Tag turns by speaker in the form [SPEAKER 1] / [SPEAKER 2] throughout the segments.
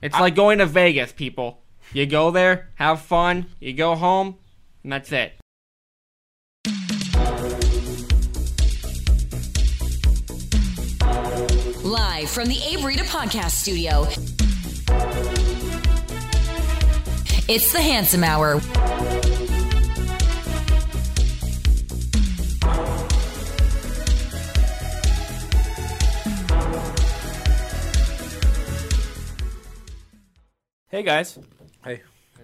[SPEAKER 1] It's like going to Vegas, people. You go there, have fun, you go home, and that's it.
[SPEAKER 2] Live from the Abe Rita Podcast Studio. It's the Handsome Hour.
[SPEAKER 1] Hey guys,
[SPEAKER 3] Hey.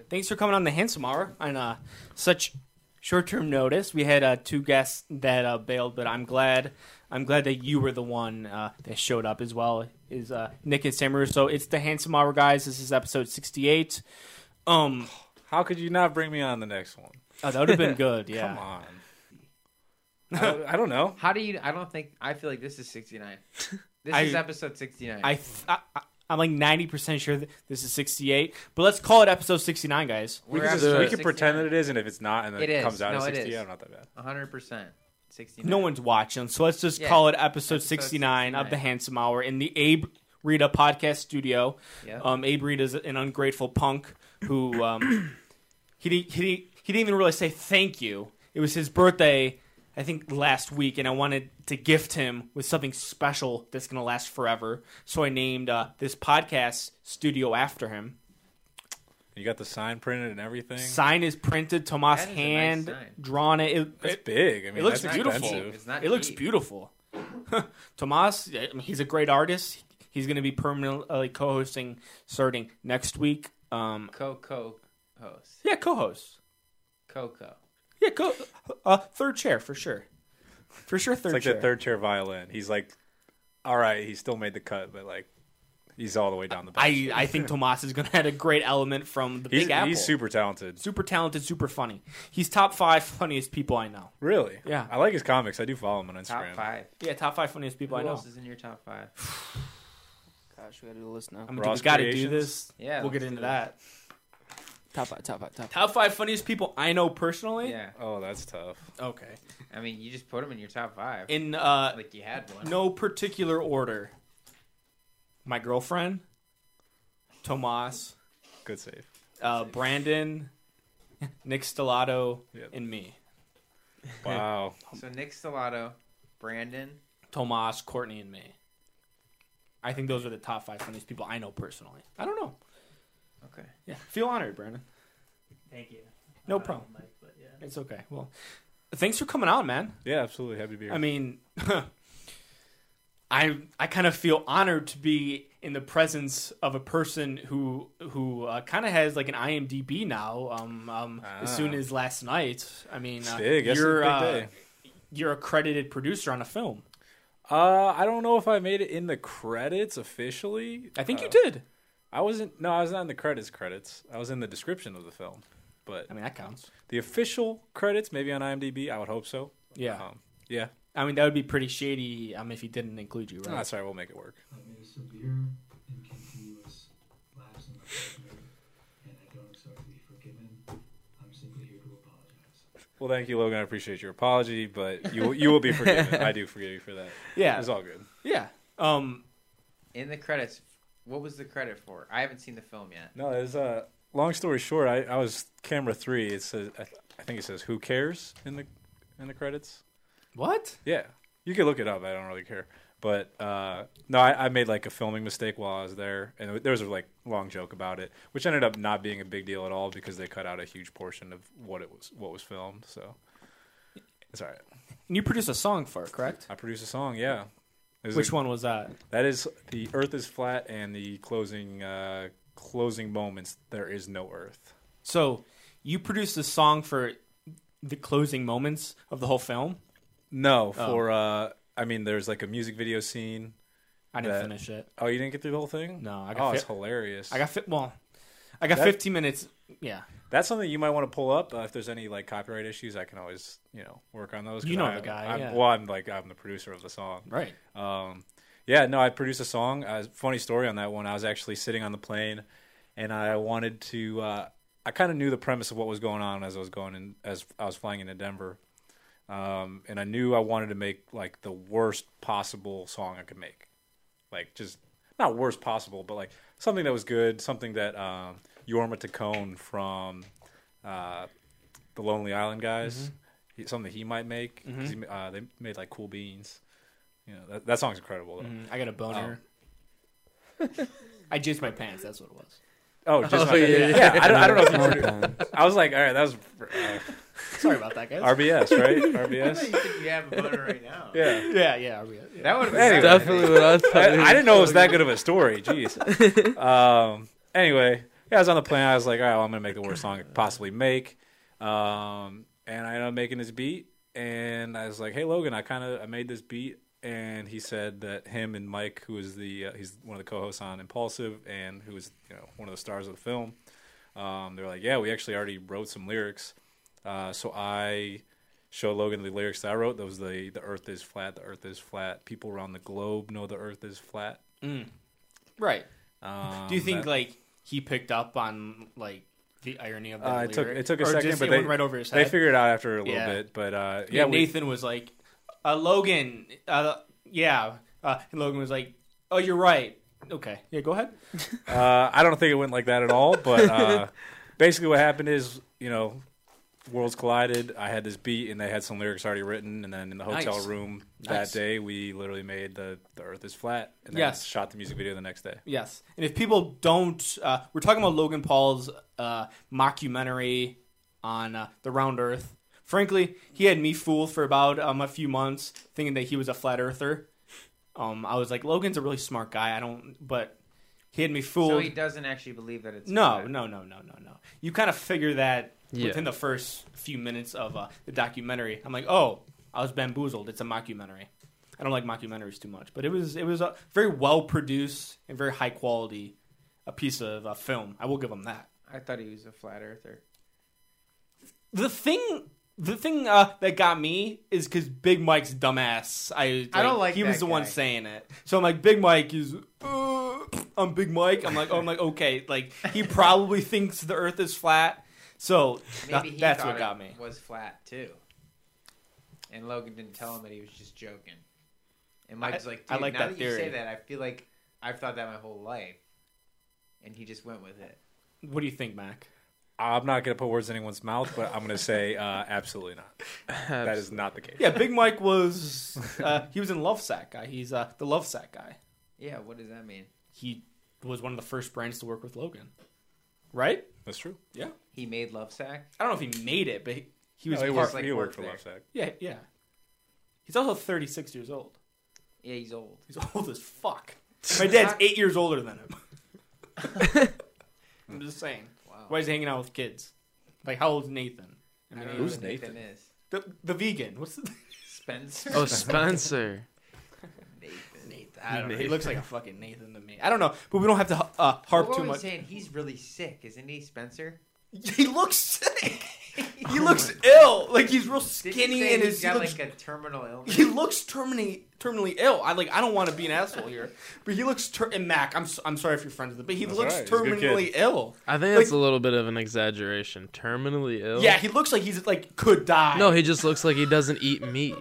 [SPEAKER 1] thanks for coming on the Handsome Hour on uh, such short-term notice. We had uh, two guests that uh, bailed, but I'm glad. I'm glad that you were the one uh, that showed up as well. Is uh, Nick and Sam Russo? It's the Handsome Hour, guys. This is episode 68. Um,
[SPEAKER 3] How could you not bring me on the next one?
[SPEAKER 1] oh, that would have been good. Yeah.
[SPEAKER 3] Come on. I, don't- I don't know.
[SPEAKER 4] How do you? I don't think. I feel like this is 69. This
[SPEAKER 1] I-
[SPEAKER 4] is episode 69.
[SPEAKER 1] I, th- I, I I'm like 90% sure that this is 68, but let's call it episode 69, guys.
[SPEAKER 3] We
[SPEAKER 4] We're
[SPEAKER 3] can,
[SPEAKER 4] at
[SPEAKER 3] just,
[SPEAKER 4] episode
[SPEAKER 3] we can
[SPEAKER 4] 69.
[SPEAKER 3] pretend that it is, and if it's not, and then
[SPEAKER 4] It
[SPEAKER 3] it,
[SPEAKER 4] is.
[SPEAKER 3] comes out
[SPEAKER 4] No,
[SPEAKER 3] at
[SPEAKER 4] it
[SPEAKER 3] 60,
[SPEAKER 4] is.
[SPEAKER 3] I'm not that bad.
[SPEAKER 4] 100%. 69.
[SPEAKER 1] No one's watching, so let's just
[SPEAKER 4] Yeah.
[SPEAKER 1] call it episode,
[SPEAKER 4] Episode
[SPEAKER 1] 69, of
[SPEAKER 4] 69.
[SPEAKER 1] the Handsome Hour in the Abe Rita podcast studio.
[SPEAKER 4] Yep.
[SPEAKER 1] Um, Abe Rita's an ungrateful punk who um, he, didn't- he, didn't- he didn't even really say thank you. It was his birthday, I think, last week, and I wanted to gift him with something special that's going to last forever. So I named uh, this podcast studio after him.
[SPEAKER 3] You got the sign printed and everything.
[SPEAKER 1] Sign is printed. Tomas
[SPEAKER 4] That is a nice
[SPEAKER 1] hand
[SPEAKER 4] sign.
[SPEAKER 1] drawn it. It,
[SPEAKER 3] That's
[SPEAKER 1] it,
[SPEAKER 3] big. I mean,
[SPEAKER 1] it looks
[SPEAKER 3] that's
[SPEAKER 1] beautiful.
[SPEAKER 3] expensive.
[SPEAKER 4] It's not
[SPEAKER 1] it looks
[SPEAKER 4] cheap.
[SPEAKER 1] beautiful. Tomas, I mean, he's a great artist. He's going to be permanently co-hosting starting next week. Um,
[SPEAKER 4] Coco host.
[SPEAKER 1] yeah, co-host.
[SPEAKER 4] Coco.
[SPEAKER 1] Yeah, co. Uh, third chair for sure. For sure, third
[SPEAKER 3] It's like
[SPEAKER 1] chair.
[SPEAKER 3] that third chair violin. He's like, all right, he still made the cut, but like, he's all the way down the bench.
[SPEAKER 1] I I think Tomas is going to add a great element from the
[SPEAKER 3] he's,
[SPEAKER 1] Big Apple.
[SPEAKER 3] he's super talented.
[SPEAKER 1] super talented, super funny. He's top five funniest people I know.
[SPEAKER 3] Really?
[SPEAKER 1] Yeah.
[SPEAKER 3] I like his comics. I do follow him on
[SPEAKER 4] Top
[SPEAKER 3] Instagram.
[SPEAKER 4] five.
[SPEAKER 1] Yeah, top five funniest people
[SPEAKER 4] Who
[SPEAKER 1] I know.
[SPEAKER 4] else is in your top five?
[SPEAKER 5] Gosh, we gotta do the list now.
[SPEAKER 1] I mean, do we
[SPEAKER 3] Ross
[SPEAKER 1] got to do
[SPEAKER 3] Creations?
[SPEAKER 1] this.
[SPEAKER 4] Yeah,
[SPEAKER 1] we'll get
[SPEAKER 4] let's
[SPEAKER 1] into
[SPEAKER 4] do it.
[SPEAKER 1] that.
[SPEAKER 5] Top five, top five, top five.
[SPEAKER 1] Top five funniest people I know personally.
[SPEAKER 4] Yeah.
[SPEAKER 3] Oh, that's tough.
[SPEAKER 1] Okay.
[SPEAKER 4] I mean, you just put them in your top five.
[SPEAKER 1] In uh,
[SPEAKER 4] like you had one.
[SPEAKER 1] no particular order. My girlfriend, Tomas,
[SPEAKER 3] Good save.
[SPEAKER 1] uh, Brandon, Nick Stellato,
[SPEAKER 3] Yep.
[SPEAKER 1] and me.
[SPEAKER 3] Wow.
[SPEAKER 4] So Nick Stellato, Brandon.
[SPEAKER 1] Tomas, Courtney, and me. I think those are the top five funniest people I know personally. I don't know.
[SPEAKER 4] Okay.
[SPEAKER 1] Yeah, feel honored, Brandon.
[SPEAKER 6] Thank you.
[SPEAKER 1] No
[SPEAKER 6] Uh,
[SPEAKER 1] problem.
[SPEAKER 6] Mike, but yeah.
[SPEAKER 1] It's okay. Well, thanks for coming on, man.
[SPEAKER 3] yeah, absolutely. Happy to be here.
[SPEAKER 1] I mean, I I kind of feel honored to be in the presence of a person who who uh, kind of has like an IMDb now. Um, um as soon
[SPEAKER 3] Ah.
[SPEAKER 1] as last night. I mean, uh,
[SPEAKER 3] big. That's
[SPEAKER 1] you're
[SPEAKER 3] a big
[SPEAKER 1] uh,
[SPEAKER 3] day.
[SPEAKER 1] you're a credited producer on a film.
[SPEAKER 3] Uh, I don't know if I made it in the credits officially.
[SPEAKER 1] I think you
[SPEAKER 3] Uh,
[SPEAKER 1] did.
[SPEAKER 3] I wasn't. No, I was not in the credits. Credits. I was in the description of the film, but
[SPEAKER 1] I mean, that counts.
[SPEAKER 3] the official credits, maybe on IMDb. I would hope so.
[SPEAKER 1] Yeah.
[SPEAKER 3] Um, yeah.
[SPEAKER 1] I mean, that would be pretty shady. Um, if he didn't include you,
[SPEAKER 3] No,
[SPEAKER 1] right?
[SPEAKER 3] That's all right. We'll make it work.
[SPEAKER 7] I made a severe and continuous lapse in my judgment, and I don't expect to be forgiven. I'm simply here to apologize.
[SPEAKER 3] Well, thank you, Logan. I appreciate your apology, but you you will be forgiven. I do forgive you for that.
[SPEAKER 1] Yeah.
[SPEAKER 3] It's all good.
[SPEAKER 1] yeah. Um,
[SPEAKER 4] In the credits, what was the credit for? I haven't seen the film yet.
[SPEAKER 3] No, it's uh. Long story short, I, I was camera three. It says I, th- I think it says "Who cares" in the in the credits.
[SPEAKER 1] what?
[SPEAKER 3] Yeah, you can look it up. I don't really care. But uh, no, I, I made like a filming mistake while I was there, and there was a like long joke about it, which ended up not being a big deal at all because they cut out a huge portion of what it was what was filmed. So it's all right.
[SPEAKER 1] And you produced a song for it, correct?
[SPEAKER 3] I produced a song. Yeah, It was
[SPEAKER 1] Which
[SPEAKER 3] a-
[SPEAKER 1] one was that?
[SPEAKER 3] That is the Earth is flat, and the closing uh, closing moments. There is no Earth.
[SPEAKER 1] So you produced a song for the closing moments of the whole film.
[SPEAKER 3] No, for uh, I mean, there's like a music video scene.
[SPEAKER 1] I didn't
[SPEAKER 3] That-
[SPEAKER 1] finish it.
[SPEAKER 3] Oh, you didn't get through the whole thing?
[SPEAKER 1] No, I
[SPEAKER 3] oh,
[SPEAKER 1] got
[SPEAKER 3] it's
[SPEAKER 1] fi-
[SPEAKER 3] hilarious.
[SPEAKER 1] I got fi- well, I got
[SPEAKER 3] That-
[SPEAKER 1] 15 minutes. Yeah,
[SPEAKER 3] That's something you might want to pull up. Uh, if there's any like copyright issues, I can always you know work on those. 'cause
[SPEAKER 1] You know
[SPEAKER 3] I-
[SPEAKER 1] the guy,
[SPEAKER 3] I'm,
[SPEAKER 1] yeah.
[SPEAKER 3] Well, I'm like I'm the producer of the song.
[SPEAKER 1] right.
[SPEAKER 3] Um, yeah, no, I produced a song. Uh, funny story on that one. I was actually sitting on the plane, and I wanted to. Uh, I kind of knew the premise of what was going on as I was going in, as I was flying into Denver, um, and I knew I wanted to make like the worst possible song I could make, like just not worst possible, but like something that was good, something that um, Yorma Tacone from uh, the Lonely Island guys, he, something he might make. 'cause he ma- uh, they made like cool beans. You know, that, that song's incredible. Though.
[SPEAKER 1] I got a boner. I jizzed my pants. That's what it was.
[SPEAKER 3] Oh, just
[SPEAKER 4] Oh,
[SPEAKER 3] my-
[SPEAKER 4] yeah,
[SPEAKER 3] yeah,
[SPEAKER 4] yeah.
[SPEAKER 3] I don't, I don't know if you
[SPEAKER 5] Well
[SPEAKER 3] heard it.
[SPEAKER 5] done.
[SPEAKER 3] I was like, all right, that was uh,
[SPEAKER 1] Sorry about that, guys.
[SPEAKER 3] RBS, right?
[SPEAKER 4] I thought
[SPEAKER 3] RBS.
[SPEAKER 4] you said you have a boner right now.
[SPEAKER 3] Yeah.
[SPEAKER 1] yeah, yeah, RBS. yeah.
[SPEAKER 4] That would have been
[SPEAKER 3] Anyway.
[SPEAKER 4] something.
[SPEAKER 5] Definitely what I was
[SPEAKER 3] I,
[SPEAKER 5] talking
[SPEAKER 3] I didn't know it was that good of a story. Jeez. Um, anyway, yeah, I was on the plane. I was like, all right, well, I'm going to make the worst song I could possibly make. Um, and I ended up making this beat. And I was like, hey, Logan, I kind of I made this beat. And he said that him and Mike, who is the uh, he's one of the co-hosts on Impulsive, and who is you know one of the stars of the film, um, they were like, yeah, we actually already wrote some lyrics. Uh, so I show Logan the lyrics that I wrote. Those the the Earth is flat. The Earth is flat. People around the globe know the Earth is flat.
[SPEAKER 1] Right.
[SPEAKER 3] Um,
[SPEAKER 1] Do you think
[SPEAKER 3] that-
[SPEAKER 1] like he picked up on like the irony of that?
[SPEAKER 3] uh, it took
[SPEAKER 1] lyric?
[SPEAKER 3] it took a
[SPEAKER 1] Or
[SPEAKER 3] second,
[SPEAKER 1] just
[SPEAKER 3] but
[SPEAKER 1] it
[SPEAKER 3] they
[SPEAKER 1] went right over his
[SPEAKER 3] They
[SPEAKER 1] head.
[SPEAKER 3] figured it out after a little
[SPEAKER 1] Yeah.
[SPEAKER 3] bit, but uh,
[SPEAKER 1] yeah,
[SPEAKER 3] yeah, we-
[SPEAKER 1] Nathan was like, uh, "Logan, uh, yeah." Uh, and Logan was like, "Oh, you're right." Okay, yeah, go ahead.
[SPEAKER 3] uh, I don't think it went like that at all. But uh, basically, what happened is you know. Worlds collided. I had this beat, and they had some lyrics already written. And then in the hotel
[SPEAKER 1] Nice.
[SPEAKER 3] room
[SPEAKER 1] Nice.
[SPEAKER 3] that day, we literally made the the Earth is flat, and then
[SPEAKER 1] Yes.
[SPEAKER 3] shot the music video the next day.
[SPEAKER 1] Yes, and if people don't, uh, we're talking about Logan Paul's uh, mockumentary on uh, the round Earth. Frankly, he had me fooled for about um, a few months, thinking that he was a flat earther. Um, I was like, Logan's a really smart guy. I don't, but he had me fooled.
[SPEAKER 4] So he doesn't actually believe that it's
[SPEAKER 1] No,
[SPEAKER 4] flat.
[SPEAKER 1] no, no, no, no, no. You kind of figure that
[SPEAKER 6] Yeah.
[SPEAKER 1] within the first few minutes of uh, the documentary. I'm like, oh, I was bamboozled. It's a mockumentary. I don't like mockumentaries too much, but it was it was a very well produced and very high quality a piece of uh, film. I will give them that.
[SPEAKER 4] I thought he was a flat earther.
[SPEAKER 1] The thing. The thing uh, that got me is because Big Mike's dumbass. I
[SPEAKER 4] I don't like
[SPEAKER 1] He was
[SPEAKER 4] that
[SPEAKER 1] the one
[SPEAKER 4] guy.
[SPEAKER 1] saying it, so I'm like, Big Mike is. Uh, I'm Big Mike. I'm like, oh, I'm like, okay, like he probably thinks the Earth is flat. So tha-
[SPEAKER 4] Maybe he
[SPEAKER 1] that's
[SPEAKER 4] thought
[SPEAKER 1] what got
[SPEAKER 4] it
[SPEAKER 1] me.
[SPEAKER 4] Was flat too. And Logan didn't tell him that he was just joking. And Mike's like,
[SPEAKER 1] I
[SPEAKER 4] Dude,
[SPEAKER 1] like
[SPEAKER 4] now
[SPEAKER 1] that
[SPEAKER 4] that, you say
[SPEAKER 1] theory.
[SPEAKER 4] that, I feel like I've thought that my whole life. And he just went with it.
[SPEAKER 1] What do you think, Mac?
[SPEAKER 3] I'm not going to put words in anyone's mouth, but I'm going to say uh, absolutely not. That is not the case.
[SPEAKER 1] Yeah, Big Mike was. Uh, he was in Love Sack guy. He's uh, the Love Sack guy.
[SPEAKER 4] Yeah, what does that mean?
[SPEAKER 1] He was one of the first brands to work with Logan, right?
[SPEAKER 3] That's true.
[SPEAKER 1] Yeah.
[SPEAKER 4] He made Love Sack?
[SPEAKER 1] I don't know if he made it, but he, he was.
[SPEAKER 3] No, he
[SPEAKER 1] part-
[SPEAKER 3] worked,
[SPEAKER 4] like
[SPEAKER 3] he worked
[SPEAKER 4] worked
[SPEAKER 3] for
[SPEAKER 4] there.
[SPEAKER 3] Love Sack.
[SPEAKER 1] yeah, yeah. He's also 36 years old.
[SPEAKER 4] Yeah, he's old.
[SPEAKER 1] He's old as fuck. My dad's eight years older than him. I'm just saying.
[SPEAKER 4] Wow.
[SPEAKER 1] Why is he hanging out with kids? Like, how old's Nathan?
[SPEAKER 4] I don't know
[SPEAKER 3] Who's
[SPEAKER 4] who Nathan? is.
[SPEAKER 1] The, the vegan. What's the
[SPEAKER 4] Spencer?
[SPEAKER 6] Oh, Spencer.
[SPEAKER 4] Nathan.
[SPEAKER 1] Nathan? I don't know. He
[SPEAKER 6] Nathan.
[SPEAKER 1] looks like a fucking Nathan to me. I don't know, but we don't have to uh, harp
[SPEAKER 4] Well,
[SPEAKER 1] too
[SPEAKER 4] we're
[SPEAKER 1] much.
[SPEAKER 4] saying he's really sick, isn't he, Spencer?
[SPEAKER 1] He looks sick. He looks ill. Like he's real
[SPEAKER 4] Did
[SPEAKER 1] skinny
[SPEAKER 4] you say
[SPEAKER 1] and
[SPEAKER 4] he's
[SPEAKER 1] his he
[SPEAKER 4] got
[SPEAKER 1] looks,
[SPEAKER 4] like a terminal illness.
[SPEAKER 1] he looks terminally terminally ill. I like I don't want to be an asshole here, but he looks ter- and Mac. I'm s- I'm sorry if you're friends with him, but he
[SPEAKER 3] That's
[SPEAKER 1] looks
[SPEAKER 3] all right. He's a good
[SPEAKER 1] terminally
[SPEAKER 3] kid.
[SPEAKER 1] ill.
[SPEAKER 6] I think
[SPEAKER 1] Like-
[SPEAKER 6] that's a little bit of an exaggeration. Terminally ill.
[SPEAKER 1] Yeah, he looks like he's like could die.
[SPEAKER 6] No, he just looks like he doesn't eat meat.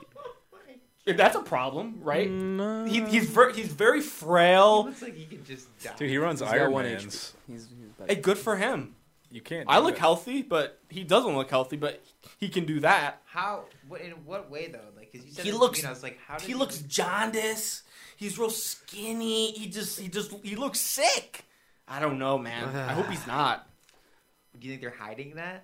[SPEAKER 1] that's a problem, right?
[SPEAKER 6] No.
[SPEAKER 1] He, he's ver- he's very
[SPEAKER 4] He
[SPEAKER 1] frail.
[SPEAKER 4] looks like he could just die.
[SPEAKER 3] Dude, he runs
[SPEAKER 5] He's got one
[SPEAKER 3] Ironmans.
[SPEAKER 5] HP. He's, he's better.
[SPEAKER 1] Hey, good for him.
[SPEAKER 3] You can't.
[SPEAKER 1] I
[SPEAKER 3] do
[SPEAKER 1] look
[SPEAKER 3] that.
[SPEAKER 1] healthy, but he doesn't look healthy. But he can do that.
[SPEAKER 4] How? What, in what way though? Like, cause you said
[SPEAKER 1] He
[SPEAKER 4] that to
[SPEAKER 1] looks-
[SPEAKER 4] me, and I was like, how did
[SPEAKER 1] He looks jaundice. He's real skinny. He just he just he looks sick. I don't know, man. I hope he's not.
[SPEAKER 4] Do you think they're hiding that?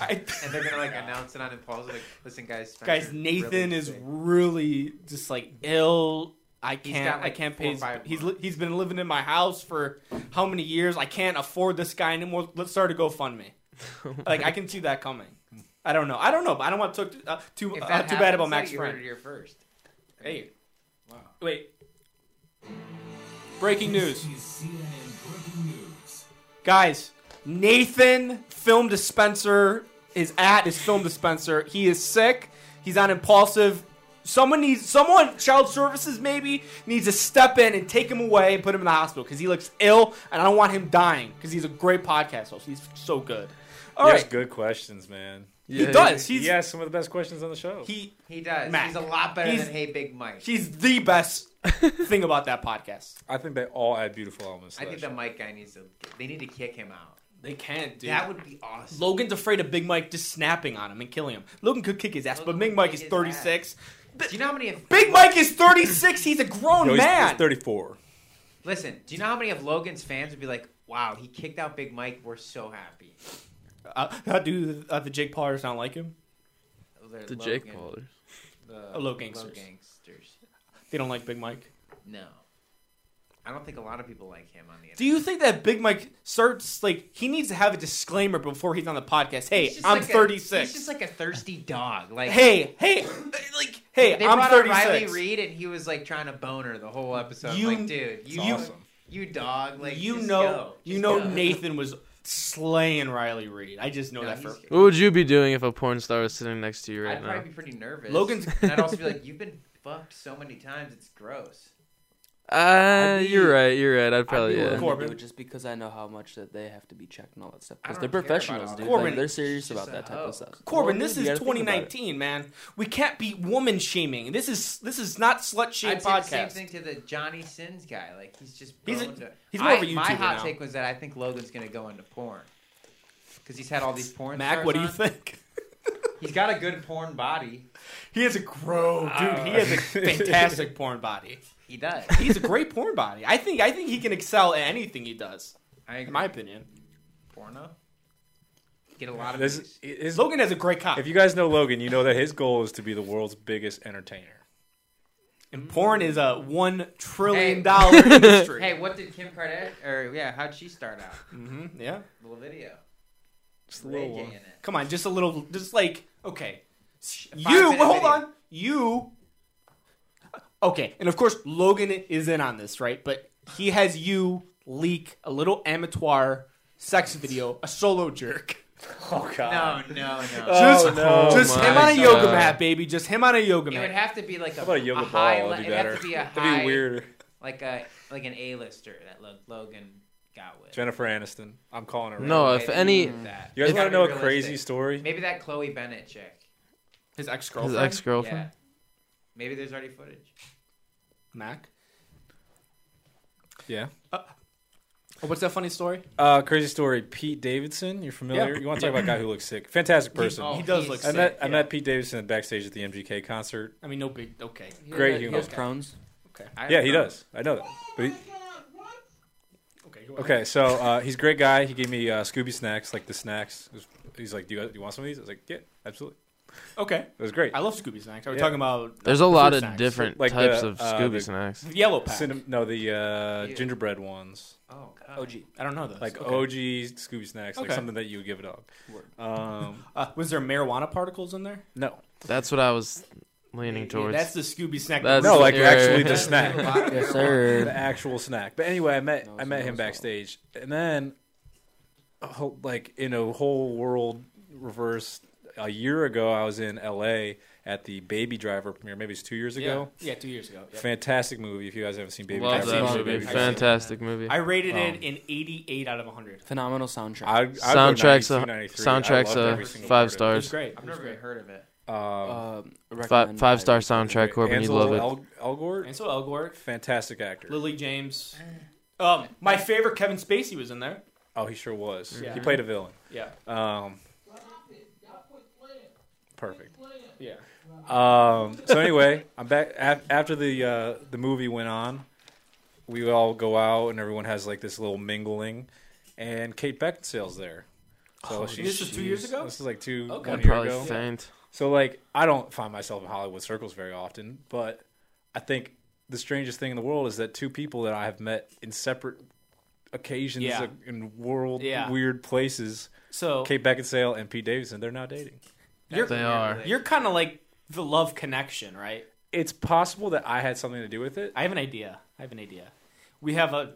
[SPEAKER 1] I,
[SPEAKER 4] and they're gonna like announce it on impulse. Like, listen, guys. Spencer's
[SPEAKER 1] guys, Nathan
[SPEAKER 4] really
[SPEAKER 1] is
[SPEAKER 4] sick."
[SPEAKER 1] really just like ill. I
[SPEAKER 4] He's
[SPEAKER 1] can't.
[SPEAKER 4] got,
[SPEAKER 1] I
[SPEAKER 4] like,
[SPEAKER 1] can't
[SPEAKER 4] four or
[SPEAKER 1] pay. His,
[SPEAKER 4] five
[SPEAKER 1] he's li-
[SPEAKER 4] months.
[SPEAKER 1] he's been living in my house for how many years? I can't afford this guy anymore. Let's start a GoFundMe. like I can see that coming. I don't know. I don't know. But I don't want to talk uh, too
[SPEAKER 4] If
[SPEAKER 1] uh,
[SPEAKER 4] that
[SPEAKER 1] too bad about
[SPEAKER 4] happens,
[SPEAKER 1] Max
[SPEAKER 4] you heard
[SPEAKER 1] Friend.
[SPEAKER 4] it here first.
[SPEAKER 1] Hey,
[SPEAKER 4] Wow.
[SPEAKER 1] wait. Breaking news.
[SPEAKER 7] You see that in breaking news.
[SPEAKER 1] Guys, Nathan Film Dispenser is at his film dispenser. He is sick. He's on impulsive. Someone needs someone, child services maybe, needs to step in and take him away and put him in the hospital because he looks ill and I don't want him dying because he's a great podcast host. He's so good. All
[SPEAKER 3] He
[SPEAKER 1] right,
[SPEAKER 3] has good questions, man.
[SPEAKER 1] He
[SPEAKER 6] Yeah.
[SPEAKER 1] does. He's
[SPEAKER 3] he asked some of the best questions on the show.
[SPEAKER 1] he.
[SPEAKER 4] He does.
[SPEAKER 1] Mac.
[SPEAKER 4] He's a lot better
[SPEAKER 1] He's-
[SPEAKER 4] than Hey Big Mike.
[SPEAKER 1] She's the best thing about that podcast.
[SPEAKER 3] I think they all add beautiful elements. To
[SPEAKER 4] I
[SPEAKER 3] that
[SPEAKER 4] think
[SPEAKER 3] show.
[SPEAKER 4] the Mike guy needs to. They need to kick him out.
[SPEAKER 1] They can't, dude.
[SPEAKER 4] That would be awesome.
[SPEAKER 1] Logan's afraid of Big Mike just snapping on him and killing him. Logan could kick his ass,
[SPEAKER 4] Logan
[SPEAKER 1] but Big
[SPEAKER 4] would
[SPEAKER 1] Mike
[SPEAKER 4] kick
[SPEAKER 1] is
[SPEAKER 4] his
[SPEAKER 1] 36.
[SPEAKER 4] do you know how many of
[SPEAKER 1] Big Mike is 36. He's a grown
[SPEAKER 3] Yo, he's,
[SPEAKER 1] man.
[SPEAKER 3] he's 34.
[SPEAKER 4] Listen, do you know how many of Logan's fans would be like, "Wow, he kicked out Big Mike. We're so happy."
[SPEAKER 1] Uh, uh, do uh, the Jake Paulers not like him?
[SPEAKER 4] They're
[SPEAKER 6] The Jake
[SPEAKER 4] Logan-
[SPEAKER 6] Paulers.
[SPEAKER 4] The
[SPEAKER 1] Oh, low
[SPEAKER 4] low
[SPEAKER 1] gangsters.
[SPEAKER 4] gangsters.
[SPEAKER 1] They don't like Big Mike.
[SPEAKER 4] No, I don't think a lot of people like him on the.
[SPEAKER 1] Do you think that Big Mike starts like he needs to have a disclaimer before he's on the podcast? Hey,
[SPEAKER 4] He's just
[SPEAKER 1] I'm
[SPEAKER 4] like a-
[SPEAKER 1] 36.
[SPEAKER 4] he's just like a thirsty dog. Like
[SPEAKER 1] hey, hey, like hey,
[SPEAKER 4] they
[SPEAKER 1] I'm
[SPEAKER 4] brought up Riley
[SPEAKER 1] 36.
[SPEAKER 4] Reed, and he was like trying to bone her the whole episode.
[SPEAKER 1] You-
[SPEAKER 4] You, like, dude, you,
[SPEAKER 3] awesome.
[SPEAKER 4] you dog, like
[SPEAKER 1] you
[SPEAKER 4] just
[SPEAKER 1] know,
[SPEAKER 4] go.
[SPEAKER 1] you
[SPEAKER 4] Just
[SPEAKER 1] know,
[SPEAKER 4] go.
[SPEAKER 1] Nathan was slaying Riley Reed. I just know
[SPEAKER 4] No,
[SPEAKER 1] that for
[SPEAKER 4] he's-
[SPEAKER 6] What would you be doing if a porn star was sitting next to you right
[SPEAKER 4] I'd
[SPEAKER 6] now?
[SPEAKER 4] probably be pretty nervous.
[SPEAKER 1] Logan's-
[SPEAKER 4] and I'd also be like, you've been fucked so many times, it's gross.
[SPEAKER 6] Uh,
[SPEAKER 5] I'd be-
[SPEAKER 6] you're right. You're right. I'd
[SPEAKER 5] I'd
[SPEAKER 6] probably
[SPEAKER 5] be willing
[SPEAKER 6] yeah.
[SPEAKER 5] to do
[SPEAKER 1] Corbin.
[SPEAKER 5] it just because I know how much that they have to be checked and all that stuff.
[SPEAKER 4] I
[SPEAKER 5] Because
[SPEAKER 4] don't
[SPEAKER 5] they're
[SPEAKER 4] care about
[SPEAKER 5] professionals,
[SPEAKER 4] all
[SPEAKER 5] dude.
[SPEAKER 1] that. Corbin,
[SPEAKER 5] Like, they're serious
[SPEAKER 4] she's
[SPEAKER 5] about
[SPEAKER 4] a oh.
[SPEAKER 5] that type
[SPEAKER 4] hoe.
[SPEAKER 5] of stuff.
[SPEAKER 1] Corbin,
[SPEAKER 5] Well,
[SPEAKER 1] this
[SPEAKER 5] dude,
[SPEAKER 1] is
[SPEAKER 5] you gotta think about it.
[SPEAKER 1] 2019, man. We can't be woman shaming. This is this is not slut shame
[SPEAKER 4] I'd say the same
[SPEAKER 1] podcast.
[SPEAKER 4] thing to the Johnny Sins guy. Like he's just
[SPEAKER 1] He's a-
[SPEAKER 4] boned to-
[SPEAKER 1] he's more of a
[SPEAKER 4] I- My
[SPEAKER 1] YouTuber
[SPEAKER 4] hot
[SPEAKER 1] now.
[SPEAKER 4] take was that I think Logan's gonna go into porn because he's had all these porn.
[SPEAKER 1] Mac,
[SPEAKER 4] stars
[SPEAKER 1] what do you
[SPEAKER 4] on.
[SPEAKER 1] think?
[SPEAKER 4] He's got a good porn body.
[SPEAKER 1] He has a grow, dude. he
[SPEAKER 3] Uh,
[SPEAKER 1] has a fantastic porn body.
[SPEAKER 4] He does.
[SPEAKER 1] He's a great porn body. I think I think he can excel at anything he does.
[SPEAKER 4] I agree.
[SPEAKER 1] In my opinion,
[SPEAKER 4] porno. Get a lot of
[SPEAKER 3] This
[SPEAKER 4] views.
[SPEAKER 3] is- is-
[SPEAKER 1] Logan has a great cock,
[SPEAKER 3] if you guys know Logan, you know that his goal is to be the world's biggest entertainer.
[SPEAKER 1] and porn is a one trillion
[SPEAKER 4] Hey.
[SPEAKER 1] dollar industry.
[SPEAKER 4] Hey, what did Kim Kardashian? Or yeah, how'd she start out?
[SPEAKER 1] hmm yeah.
[SPEAKER 4] Little video.
[SPEAKER 3] Just a
[SPEAKER 4] Ray
[SPEAKER 3] little
[SPEAKER 4] J in
[SPEAKER 3] one.
[SPEAKER 4] it.
[SPEAKER 1] Come on, just a little, just like okay.
[SPEAKER 4] Five
[SPEAKER 1] You
[SPEAKER 4] minute
[SPEAKER 1] hold
[SPEAKER 4] video.
[SPEAKER 1] on. You okay? And of course, Logan is in on this, right? But he has you leak a little amateur sex video, a solo jerk.
[SPEAKER 3] Oh God.
[SPEAKER 4] No, no, no.
[SPEAKER 1] Just,
[SPEAKER 3] no.
[SPEAKER 1] just
[SPEAKER 6] Oh
[SPEAKER 1] him
[SPEAKER 6] my
[SPEAKER 1] on a yoga
[SPEAKER 6] God.
[SPEAKER 1] mat, baby. Just him on a yoga
[SPEAKER 4] it
[SPEAKER 1] mat.
[SPEAKER 4] would have to be like a,
[SPEAKER 3] How about a yoga
[SPEAKER 4] high.
[SPEAKER 3] ball?
[SPEAKER 4] le-
[SPEAKER 3] That'd be
[SPEAKER 4] it'd
[SPEAKER 3] better.
[SPEAKER 4] have to be a
[SPEAKER 3] That'd
[SPEAKER 4] high,
[SPEAKER 3] be weird.
[SPEAKER 4] like a like an A-lister that Lo- Logan got with.
[SPEAKER 3] Jennifer Aniston. I'm calling her.
[SPEAKER 6] No,
[SPEAKER 3] right.
[SPEAKER 6] if
[SPEAKER 4] Maybe
[SPEAKER 6] any-
[SPEAKER 4] with that.
[SPEAKER 3] You guys want
[SPEAKER 4] It's
[SPEAKER 3] to
[SPEAKER 4] gotta be
[SPEAKER 3] know a
[SPEAKER 4] realistic.
[SPEAKER 3] crazy story?
[SPEAKER 4] Maybe that Chloe Bennett chick.
[SPEAKER 1] His ex
[SPEAKER 6] His
[SPEAKER 1] girlfriend,
[SPEAKER 6] ex girlfriend.
[SPEAKER 4] Yeah. Maybe there's already footage.
[SPEAKER 1] Mac.
[SPEAKER 3] Yeah.
[SPEAKER 1] Oh, what's that funny story?
[SPEAKER 3] Uh, crazy story. Pete Davidson. You're familiar?
[SPEAKER 1] Yeah.
[SPEAKER 3] You want to talk about a guy who looks sick? Fantastic person.
[SPEAKER 1] He
[SPEAKER 4] Oh,
[SPEAKER 1] does
[SPEAKER 4] he's
[SPEAKER 1] look
[SPEAKER 3] I
[SPEAKER 1] sick.
[SPEAKER 3] met I
[SPEAKER 4] yeah.
[SPEAKER 3] met Pete Davidson backstage at the MGK concert.
[SPEAKER 1] I mean, no big. Okay.
[SPEAKER 3] Great
[SPEAKER 5] He has
[SPEAKER 1] humor.
[SPEAKER 5] Crohn's.
[SPEAKER 4] I
[SPEAKER 3] Yeah, he
[SPEAKER 4] don't know.
[SPEAKER 3] does. I know that. But he,
[SPEAKER 1] Okay. Go ahead.
[SPEAKER 3] Okay, so uh, he's a great guy. He gave me uh, Scooby snacks, like the snacks. It was- He's like, do you, "Do you want some of these?" I was like, "Yeah, absolutely."
[SPEAKER 1] Okay.
[SPEAKER 3] It was great.
[SPEAKER 1] I love Scooby snacks. Are we
[SPEAKER 3] Yeah.
[SPEAKER 1] talking about?
[SPEAKER 6] There's a lot
[SPEAKER 1] fruit
[SPEAKER 6] of
[SPEAKER 1] snacks.
[SPEAKER 6] different
[SPEAKER 3] Like
[SPEAKER 6] types
[SPEAKER 3] the,
[SPEAKER 6] of
[SPEAKER 3] uh,
[SPEAKER 6] Scooby
[SPEAKER 3] the-
[SPEAKER 6] snacks.
[SPEAKER 1] The yellow pack.
[SPEAKER 3] Cinnam- no, the uh,
[SPEAKER 4] Ew.
[SPEAKER 3] gingerbread ones,
[SPEAKER 4] Oh, God.
[SPEAKER 5] OG.
[SPEAKER 1] I don't know those.
[SPEAKER 3] like
[SPEAKER 1] Okay.
[SPEAKER 3] OG Scooby snacks, like
[SPEAKER 1] Okay.
[SPEAKER 3] something that you would give a dog.
[SPEAKER 5] Word.
[SPEAKER 3] Um,
[SPEAKER 1] Uh, was there marijuana particles in there?
[SPEAKER 3] no,
[SPEAKER 6] That's what I was leaning
[SPEAKER 4] Yeah,
[SPEAKER 6] towards.
[SPEAKER 1] that's the Scooby snack.
[SPEAKER 6] That's-
[SPEAKER 3] no, like
[SPEAKER 6] Yeah.
[SPEAKER 3] actually the
[SPEAKER 6] Yeah.
[SPEAKER 3] snack,
[SPEAKER 5] Yes, sir.
[SPEAKER 3] the actual snack. But anyway, I met
[SPEAKER 5] No,
[SPEAKER 3] I
[SPEAKER 5] it's
[SPEAKER 3] met
[SPEAKER 5] no,
[SPEAKER 3] him
[SPEAKER 5] it's not.
[SPEAKER 3] backstage, and then a whole- like in a whole world reverse. A year ago, I was in L.A. at the Baby Driver premiere. Maybe it's two years
[SPEAKER 1] yeah.
[SPEAKER 3] ago.
[SPEAKER 1] Yeah, two years ago. Yep.
[SPEAKER 3] Fantastic movie. If you guys haven't seen Baby
[SPEAKER 6] Love
[SPEAKER 1] I've
[SPEAKER 3] Driver,
[SPEAKER 1] seen
[SPEAKER 6] that
[SPEAKER 1] it.
[SPEAKER 6] movie.
[SPEAKER 1] I've seen it.
[SPEAKER 6] Fantastic movie.
[SPEAKER 1] I rated it
[SPEAKER 6] Um,
[SPEAKER 1] an 88 out of 100.
[SPEAKER 5] Phenomenal soundtrack.
[SPEAKER 3] I, I'd go
[SPEAKER 6] soundtracks
[SPEAKER 3] 92,
[SPEAKER 6] a
[SPEAKER 3] 93. I
[SPEAKER 6] soundtracks
[SPEAKER 3] loved
[SPEAKER 6] a
[SPEAKER 3] every single
[SPEAKER 6] five
[SPEAKER 3] part
[SPEAKER 1] It
[SPEAKER 6] stars.
[SPEAKER 1] was great.
[SPEAKER 4] I've
[SPEAKER 1] It was
[SPEAKER 4] never
[SPEAKER 1] great.
[SPEAKER 4] even heard of it.
[SPEAKER 3] of it. Um,
[SPEAKER 5] um,
[SPEAKER 6] Five
[SPEAKER 5] recommend
[SPEAKER 6] five star
[SPEAKER 5] highly.
[SPEAKER 6] soundtrack, Corbin. You
[SPEAKER 3] Ansel
[SPEAKER 6] love it.
[SPEAKER 3] El- Elgort,
[SPEAKER 1] And so Elgort,
[SPEAKER 3] fantastic actor.
[SPEAKER 1] Lily James. Um, my favorite Kevin Spacey was in there.
[SPEAKER 3] Oh, he sure was.
[SPEAKER 1] Yeah.
[SPEAKER 3] He played a villain.
[SPEAKER 1] Yeah.
[SPEAKER 3] Um, perfect.
[SPEAKER 1] Yeah.
[SPEAKER 3] Um, so anyway, I'm back af- after the uh, the movie went on. We all go out and everyone has like this little mingling, and Kate Beckinsale's there. So she's,
[SPEAKER 1] Oh, this is two years
[SPEAKER 3] she's-
[SPEAKER 1] ago?
[SPEAKER 3] This is like two
[SPEAKER 1] Okay.
[SPEAKER 3] one
[SPEAKER 6] I'd
[SPEAKER 3] year
[SPEAKER 6] probably
[SPEAKER 3] ago.
[SPEAKER 6] faint.
[SPEAKER 3] So like I don't find myself in Hollywood circles very often, but I think the strangest thing in the world is that two people that I have met in separate occasions
[SPEAKER 1] Yeah.
[SPEAKER 3] uh, in world
[SPEAKER 1] Yeah.
[SPEAKER 3] weird places,
[SPEAKER 1] So
[SPEAKER 3] Kate Beckinsale and Pete Davidson, they're now dating.
[SPEAKER 1] you're,
[SPEAKER 6] They are.
[SPEAKER 1] You're kind of like the love connection, right?
[SPEAKER 3] It's possible that I had something to do with it.
[SPEAKER 1] I have an idea. I have an idea. We have a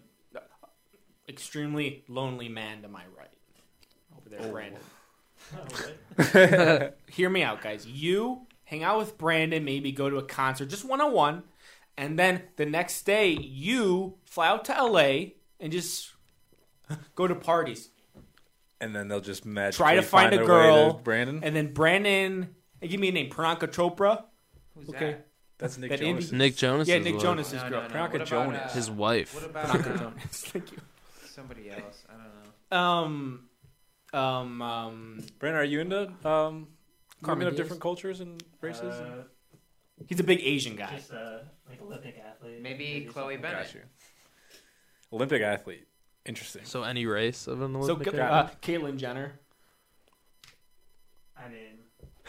[SPEAKER 1] extremely lonely man to my right. Over
[SPEAKER 4] Oh.
[SPEAKER 1] there, Brandon. Hear me out, guys. You hang out with Brandon, maybe go to a concert, just one on one, and then the next day you fly out to LA and just go to parties.
[SPEAKER 3] and then they'll just match.
[SPEAKER 1] Try to find a girl,
[SPEAKER 3] Brandon.
[SPEAKER 1] and then Brandon. hey, give me a name, Pranka Chopra.
[SPEAKER 4] Who's
[SPEAKER 1] Okay.
[SPEAKER 4] that? Oh,
[SPEAKER 3] That's Nick
[SPEAKER 1] that
[SPEAKER 3] Jonas.
[SPEAKER 1] Indian-
[SPEAKER 6] Nick Jonas.
[SPEAKER 1] yeah, Nick
[SPEAKER 6] Jonas.
[SPEAKER 1] Jonas'
[SPEAKER 4] No,
[SPEAKER 1] girl.
[SPEAKER 4] no, no.
[SPEAKER 3] Priyanka
[SPEAKER 4] What about,
[SPEAKER 3] Jonas.
[SPEAKER 4] uh,
[SPEAKER 6] His wife.
[SPEAKER 4] What about
[SPEAKER 1] Priyanka
[SPEAKER 4] uh,
[SPEAKER 1] Jonas. Thank you.
[SPEAKER 4] somebody else? I don't know.
[SPEAKER 1] Um, um, um,
[SPEAKER 3] Brandon, are you into um,
[SPEAKER 1] Carmen
[SPEAKER 3] women of
[SPEAKER 1] Diaz?
[SPEAKER 3] different cultures and races?
[SPEAKER 8] Uh,
[SPEAKER 1] he's a big Asian guy.
[SPEAKER 8] just uh, like Olympic athlete.
[SPEAKER 4] Maybe Chloe
[SPEAKER 6] "Oh
[SPEAKER 8] something.
[SPEAKER 4] Bennett.
[SPEAKER 3] Got you. Olympic athlete. Interesting.
[SPEAKER 6] So any race of an
[SPEAKER 1] So,
[SPEAKER 6] Olympic.
[SPEAKER 1] Ka-
[SPEAKER 6] athlete?
[SPEAKER 1] uh, Caitlyn Jenner.
[SPEAKER 8] I mean,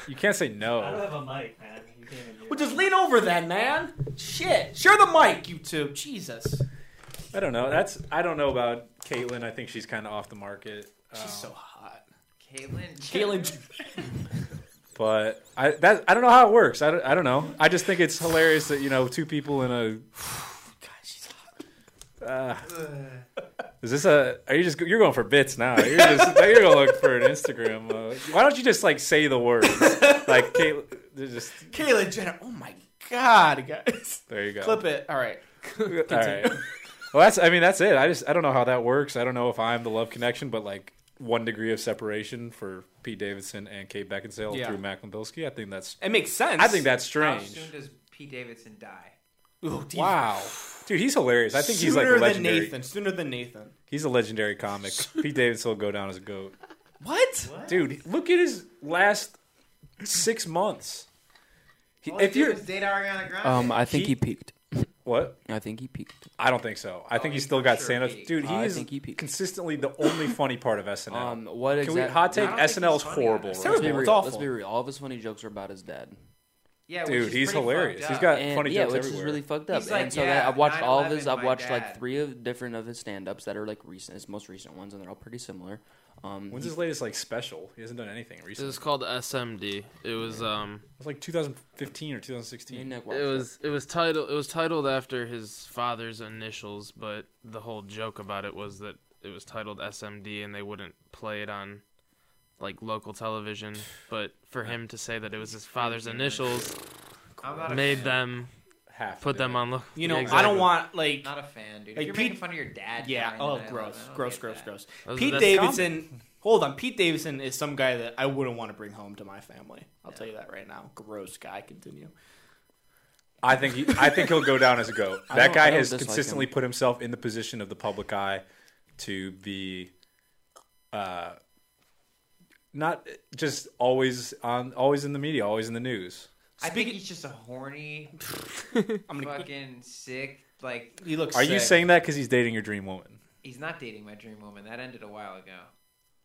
[SPEAKER 3] You can't say
[SPEAKER 8] I don't
[SPEAKER 3] no.
[SPEAKER 8] have a mic, man. You can't even hear me.
[SPEAKER 1] Well, just lean over then, man. Shit, share the mic, you two. Jesus,
[SPEAKER 3] I don't know. That's I don't know about Caitlyn. I think she's kind of off the market. Um,
[SPEAKER 1] she's so hot.
[SPEAKER 4] Caitlyn.
[SPEAKER 1] Caitlyn. Jen-
[SPEAKER 3] but I that I don't know how it works. I don't, I don't know. I just think it's hilarious that you know two people in a.
[SPEAKER 1] God, she's hot.
[SPEAKER 3] Uh, is this a? Are you just you're going for bits now? You're just you're gonna look for an Instagram. Uh, why don't you just like say the words like Caitlyn? Just
[SPEAKER 1] Caitlyn Jenner. Oh my God, guys.
[SPEAKER 3] there you go.
[SPEAKER 1] Clip it. All right.
[SPEAKER 3] All right. Well, that's. I mean, that's it. I just. I don't know how that works. I don't know if I'm the love connection, but like one degree of separation for Pete Davidson and Kate Beckinsale
[SPEAKER 1] Yeah.
[SPEAKER 3] through Mac Limbowski. I think that's.
[SPEAKER 1] It makes sense.
[SPEAKER 3] I think that's
[SPEAKER 4] How
[SPEAKER 3] strange.
[SPEAKER 4] soon does P. Davidson die?
[SPEAKER 1] Ooh, dude.
[SPEAKER 3] Wow, dude, he's hilarious. I think he's like
[SPEAKER 1] sooner than
[SPEAKER 3] legendary.
[SPEAKER 1] Nathan. Sooner than Nathan.
[SPEAKER 3] He's a legendary comic. Pete Davidson will go down as a goat.
[SPEAKER 1] What?
[SPEAKER 3] Dude, look at his last six months. He,
[SPEAKER 1] Oh,
[SPEAKER 4] All
[SPEAKER 3] if
[SPEAKER 4] he did
[SPEAKER 3] you're
[SPEAKER 4] was date Ariana Grande.
[SPEAKER 5] Um, I think
[SPEAKER 3] He-
[SPEAKER 5] he, peaked.
[SPEAKER 3] what?
[SPEAKER 5] I think he peaked.
[SPEAKER 3] I don't think so. I think
[SPEAKER 4] he
[SPEAKER 3] he's still
[SPEAKER 4] for
[SPEAKER 3] got
[SPEAKER 4] sure
[SPEAKER 3] stand up.
[SPEAKER 4] peaked.
[SPEAKER 3] Dude, he
[SPEAKER 5] Oh, I
[SPEAKER 3] is
[SPEAKER 5] think he peaked.
[SPEAKER 3] consistently the only funny part of SNL.
[SPEAKER 5] Um, what
[SPEAKER 3] Can we
[SPEAKER 5] exactly?
[SPEAKER 3] hot
[SPEAKER 4] I
[SPEAKER 3] take?
[SPEAKER 4] don't think
[SPEAKER 3] SNL is
[SPEAKER 4] he's funny
[SPEAKER 3] horrible. right?
[SPEAKER 4] on SNL.
[SPEAKER 5] Let's be
[SPEAKER 1] Terrible. It's
[SPEAKER 5] real.
[SPEAKER 1] awful.
[SPEAKER 5] Let's be real. All of his funny jokes are about his dad.
[SPEAKER 4] yeah, which
[SPEAKER 3] Dude,
[SPEAKER 4] is
[SPEAKER 3] he's
[SPEAKER 4] pretty
[SPEAKER 3] hilarious.
[SPEAKER 4] fucked
[SPEAKER 3] He's
[SPEAKER 4] up.
[SPEAKER 3] got
[SPEAKER 5] And
[SPEAKER 3] funny
[SPEAKER 5] yeah,
[SPEAKER 3] jokes
[SPEAKER 5] which
[SPEAKER 3] everywhere.
[SPEAKER 5] is really fucked up.
[SPEAKER 4] He's like,
[SPEAKER 5] and so
[SPEAKER 4] yeah,
[SPEAKER 5] that I've watched all of
[SPEAKER 4] 9/11,
[SPEAKER 5] his. I've
[SPEAKER 4] my
[SPEAKER 5] watched
[SPEAKER 4] dad.
[SPEAKER 5] like three of different of his stand ups that are like recent, his most recent ones, and they're all pretty similar. Um,
[SPEAKER 3] When's
[SPEAKER 5] he-
[SPEAKER 3] his latest like special? He hasn't done anything
[SPEAKER 6] This
[SPEAKER 3] recently.
[SPEAKER 6] is
[SPEAKER 3] It
[SPEAKER 6] called SMD. It was um.
[SPEAKER 3] was like 2015 or
[SPEAKER 5] me and
[SPEAKER 3] 2016.
[SPEAKER 5] Nick watched
[SPEAKER 6] It was it was titled it was titled after his father's initials, but the whole joke about it was that it was titled SMD and they wouldn't play it on like local television. But for him to say that it was his father's initials
[SPEAKER 4] I'm not a
[SPEAKER 6] made
[SPEAKER 4] fan.
[SPEAKER 6] them
[SPEAKER 3] Half
[SPEAKER 6] put them on look.
[SPEAKER 1] You know,
[SPEAKER 6] Yeah,
[SPEAKER 1] I
[SPEAKER 6] exactly.
[SPEAKER 1] don't want like.
[SPEAKER 4] Not a fan, dude.
[SPEAKER 1] Like,
[SPEAKER 4] if you're
[SPEAKER 1] Pete-
[SPEAKER 4] making fun of your dad.
[SPEAKER 1] yeah.
[SPEAKER 4] dying
[SPEAKER 1] Oh,
[SPEAKER 4] in 9/11,
[SPEAKER 1] gross.
[SPEAKER 4] I don't
[SPEAKER 1] Gross.
[SPEAKER 4] get
[SPEAKER 1] Gross.
[SPEAKER 4] that.
[SPEAKER 1] Gross.
[SPEAKER 6] That was the
[SPEAKER 1] Pete
[SPEAKER 6] best
[SPEAKER 1] Davidson. Hold on. Pete Davidson is some guy that I wouldn't want to bring home to my family. I'll tell you that right now. Gross guy. Continue.
[SPEAKER 3] I think he, I think he'll go down as a goat.
[SPEAKER 5] I
[SPEAKER 3] That
[SPEAKER 5] don't- I
[SPEAKER 3] guy
[SPEAKER 5] don't
[SPEAKER 3] has
[SPEAKER 5] dislike
[SPEAKER 3] consistently
[SPEAKER 5] him.
[SPEAKER 3] put himself in the position of the public eye to be, uh, not just always on, always in the media, always in the news.
[SPEAKER 4] I think
[SPEAKER 1] Speaking-
[SPEAKER 4] he's just a horny,
[SPEAKER 1] I'm gonna.
[SPEAKER 4] fucking sick. Like
[SPEAKER 1] He looks.
[SPEAKER 3] Are you
[SPEAKER 1] sick.
[SPEAKER 3] saying that because he's dating your dream woman?
[SPEAKER 4] he's not dating my dream woman. That ended a while ago.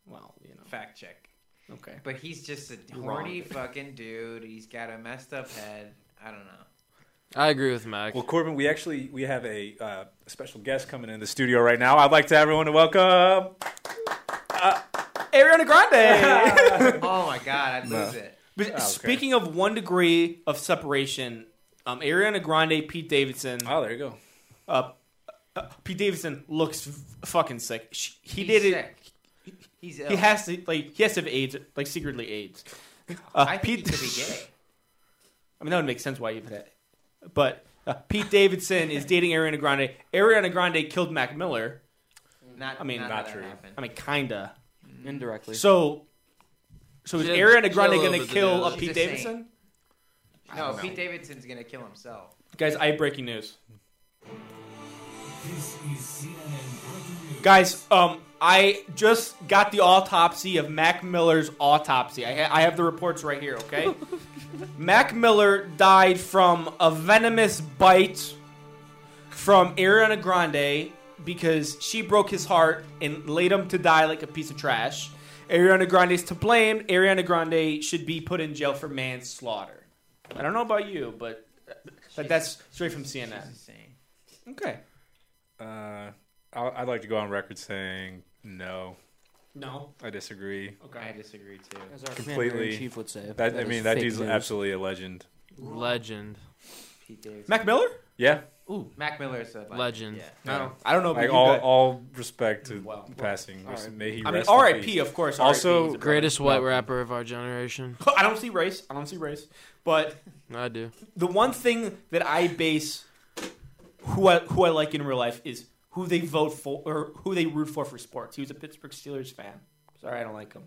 [SPEAKER 1] Well, you know.
[SPEAKER 4] Fact check.
[SPEAKER 1] Okay.
[SPEAKER 4] But he's just a
[SPEAKER 1] You're
[SPEAKER 4] horny
[SPEAKER 1] wrong.
[SPEAKER 4] fucking dude. He's got a messed up head. I don't know.
[SPEAKER 6] I agree with Mac.
[SPEAKER 3] Well, Corbin, we actually we have a uh, special guest coming in the studio right now. I'd like to everyone to welcome.
[SPEAKER 1] Ariana Grande.
[SPEAKER 4] oh my god, I'd lose it.
[SPEAKER 1] But
[SPEAKER 3] okay.
[SPEAKER 1] speaking of one degree of separation, um, Ariana Grande, Pete Davidson.
[SPEAKER 3] Oh, there you go.
[SPEAKER 1] Uh, uh, Pete Davidson looks f- fucking sick. She, he
[SPEAKER 4] He's
[SPEAKER 1] did it.
[SPEAKER 4] sick. He's ill.
[SPEAKER 1] He has to like he has to have AIDS, like secretly AIDS. Uh,
[SPEAKER 4] I think
[SPEAKER 1] Pete,
[SPEAKER 4] he could be gay.
[SPEAKER 1] I mean, that would make sense why you put it. But uh, Pete Davidson is dating Ariana Grande. Ariana Grande killed Mac Miller.
[SPEAKER 4] Not.
[SPEAKER 1] I mean,
[SPEAKER 4] not,
[SPEAKER 1] not
[SPEAKER 4] true.
[SPEAKER 3] true.
[SPEAKER 1] I mean, kinda.
[SPEAKER 5] indirectly.
[SPEAKER 1] So, so is
[SPEAKER 6] She had-
[SPEAKER 1] Ariana
[SPEAKER 6] she had a
[SPEAKER 1] Grande
[SPEAKER 6] little
[SPEAKER 1] gonna
[SPEAKER 6] bit to
[SPEAKER 1] kill
[SPEAKER 6] do.
[SPEAKER 1] uh,
[SPEAKER 4] She's
[SPEAKER 1] Pete
[SPEAKER 4] a saint.
[SPEAKER 1] Davidson?
[SPEAKER 4] No, Pete Davidson's gonna kill himself.
[SPEAKER 1] Guys, I have breaking news.
[SPEAKER 7] This is CNN breaking news.
[SPEAKER 1] Guys, um, I just got the autopsy of Mac Miller's autopsy. I, ha- I have the reports right here, okay? Mac Miller died from a venomous bite from Ariana Grande because she broke his heart and laid him to die like a piece of trash. Ariana Grande's to blame. Ariana Grande should be put in jail for manslaughter. I don't know about you, but, uh, but that's straight from CNN.
[SPEAKER 4] He's insane.
[SPEAKER 1] Okay.
[SPEAKER 3] Uh, I- I'd like to go on record saying no.
[SPEAKER 1] No.
[SPEAKER 3] I disagree.
[SPEAKER 4] I
[SPEAKER 1] Okay.
[SPEAKER 4] disagree too.
[SPEAKER 5] as our
[SPEAKER 3] completely-
[SPEAKER 5] completely chief would say.
[SPEAKER 3] That, I
[SPEAKER 5] is
[SPEAKER 3] mean, that
[SPEAKER 5] fake
[SPEAKER 3] dude's
[SPEAKER 5] news.
[SPEAKER 3] absolutely a legend.
[SPEAKER 6] Legend.
[SPEAKER 4] Pete Davidson.
[SPEAKER 1] Mac Miller?
[SPEAKER 3] Yeah,
[SPEAKER 4] Mac Miller's a legend.
[SPEAKER 6] Legend.
[SPEAKER 4] Yeah.
[SPEAKER 1] No. I don't know about
[SPEAKER 3] like
[SPEAKER 1] you
[SPEAKER 3] all,
[SPEAKER 1] guys-
[SPEAKER 3] all respect to
[SPEAKER 1] Well, well,
[SPEAKER 3] passing.
[SPEAKER 5] all right.
[SPEAKER 3] May he
[SPEAKER 1] I mean,
[SPEAKER 3] rest in peace.
[SPEAKER 1] R.I.P. Of course.
[SPEAKER 3] Also,
[SPEAKER 1] RIP is a brother.
[SPEAKER 6] Greatest white rapper of our generation.
[SPEAKER 1] I don't see race. I don't see race. But
[SPEAKER 6] I do.
[SPEAKER 1] the one thing that I base who I who I like in real life is who they vote for or who they root for for sports. He was a Pittsburgh Steelers fan. Sorry, I don't like him.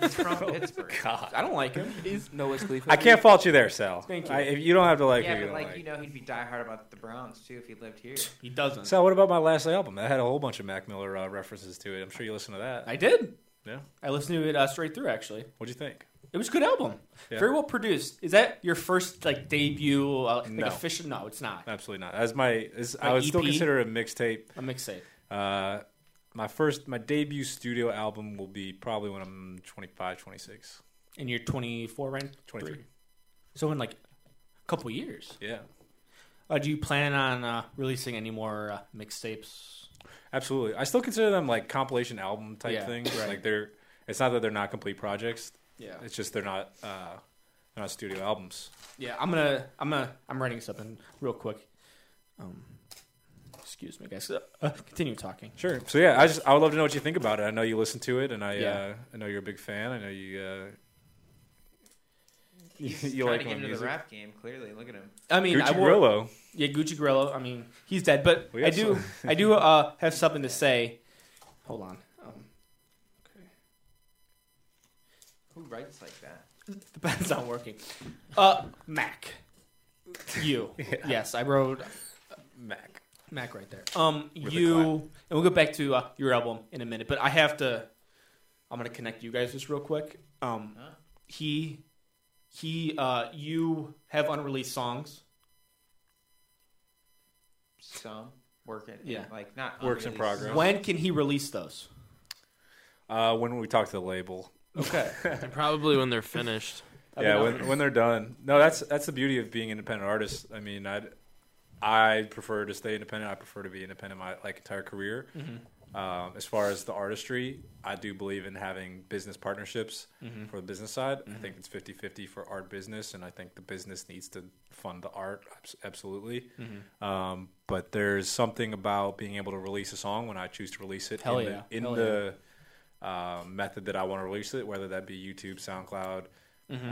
[SPEAKER 4] He's from Pittsburgh.
[SPEAKER 1] I don't like him.
[SPEAKER 5] He's Noah Khalifa.
[SPEAKER 3] I can't fault you there, Sal.
[SPEAKER 1] Thank you.
[SPEAKER 3] I, if you don't have to like
[SPEAKER 4] yeah,
[SPEAKER 3] who you
[SPEAKER 4] but
[SPEAKER 3] don't
[SPEAKER 4] like,
[SPEAKER 3] like.
[SPEAKER 4] you know, he'd be diehard about the Browns too if he lived here.
[SPEAKER 1] He doesn't.
[SPEAKER 3] Sal, what about my last album? That had a whole bunch of Mac Miller uh, references to it. I'm sure you listened to that.
[SPEAKER 1] I did.
[SPEAKER 3] yeah.
[SPEAKER 1] I listened to it uh, straight through. Actually,
[SPEAKER 3] What'd you think?
[SPEAKER 1] it was a good album.
[SPEAKER 3] Yeah.
[SPEAKER 1] Very well produced. Is that your first like debut? Uh, like
[SPEAKER 3] No.
[SPEAKER 1] official? No, it's not.
[SPEAKER 3] Absolutely not. As my, as, I
[SPEAKER 1] Like
[SPEAKER 3] would still
[SPEAKER 1] EP?
[SPEAKER 3] consider it a mixtape.
[SPEAKER 1] A mixtape.
[SPEAKER 3] Uh, my first, my debut studio album will be probably when I'm 25, 26,
[SPEAKER 1] And you're 24, right?
[SPEAKER 3] 23.
[SPEAKER 1] Three. So in like a couple years,
[SPEAKER 3] Yeah,
[SPEAKER 1] uh, do you plan on uh, releasing any more uh, mixtapes?
[SPEAKER 3] absolutely. I still consider them like compilation album type
[SPEAKER 1] Yeah,
[SPEAKER 3] things.
[SPEAKER 1] right.
[SPEAKER 3] Like they're, it's not that they're not complete projects.
[SPEAKER 1] Yeah.
[SPEAKER 3] It's just they're not, uh, they're not studio albums.
[SPEAKER 1] Yeah, I'm gonna, I'm gonna, I'm writing something real quick. Um, excuse me, guys. Uh, uh, continue talking.
[SPEAKER 3] Sure. So yeah, I just I would love to know what you think about it. I know you listen to it, and I
[SPEAKER 1] Yeah.
[SPEAKER 3] uh, I know you're a big fan. I know you uh, you,
[SPEAKER 4] He's
[SPEAKER 3] you
[SPEAKER 4] trying
[SPEAKER 3] like
[SPEAKER 4] to
[SPEAKER 3] my
[SPEAKER 4] get into the
[SPEAKER 3] music.
[SPEAKER 4] rap game. Clearly, look at him.
[SPEAKER 1] I mean, I
[SPEAKER 3] Gucci
[SPEAKER 1] will-
[SPEAKER 3] Grillo.
[SPEAKER 1] Yeah, Gucci Grillo. I mean, he's dead, but
[SPEAKER 3] We
[SPEAKER 1] I
[SPEAKER 3] have
[SPEAKER 1] do,
[SPEAKER 3] some-
[SPEAKER 1] I do uh, have something to say. Hold on. Um,
[SPEAKER 4] Who writes like that?
[SPEAKER 1] the pen's not working. Uh, Mac, you. Yes, I wrote
[SPEAKER 3] Mac.
[SPEAKER 1] Mac right there. Um,
[SPEAKER 3] With a
[SPEAKER 1] you,
[SPEAKER 3] clap.
[SPEAKER 1] and we'll get back to uh, your album in a minute, but I have to. I'm gonna connect you guys just real quick. Um,
[SPEAKER 4] Huh?
[SPEAKER 1] he, he, uh, you have unreleased songs.
[SPEAKER 4] Some work it.
[SPEAKER 1] Yeah.
[SPEAKER 4] like not
[SPEAKER 3] Works in
[SPEAKER 4] unreleased.
[SPEAKER 3] progress.
[SPEAKER 1] When can he release those?
[SPEAKER 3] Uh, when we talk to the label,
[SPEAKER 1] Okay. uh,
[SPEAKER 6] And probably when they're finished.
[SPEAKER 3] yeah, when, when they're done. No, that's that's the beauty of being independent artists. I mean, I I prefer to stay independent. I prefer to be independent my like entire career. Um, as far as the artistry, I do believe in having business partnerships
[SPEAKER 1] Mm-hmm.
[SPEAKER 3] for the business side. I think it's 50-50 for art business, and I think the business needs to fund the art abs- absolutely.
[SPEAKER 1] Mm-hmm.
[SPEAKER 3] Um, but there's something about being able to release a song when I choose to release it
[SPEAKER 1] Hell
[SPEAKER 3] in
[SPEAKER 1] yeah.
[SPEAKER 3] the, in
[SPEAKER 1] Hell yeah.
[SPEAKER 3] the uh, method that I want to release it, whether that be YouTube, SoundCloud,
[SPEAKER 1] Mm-hmm.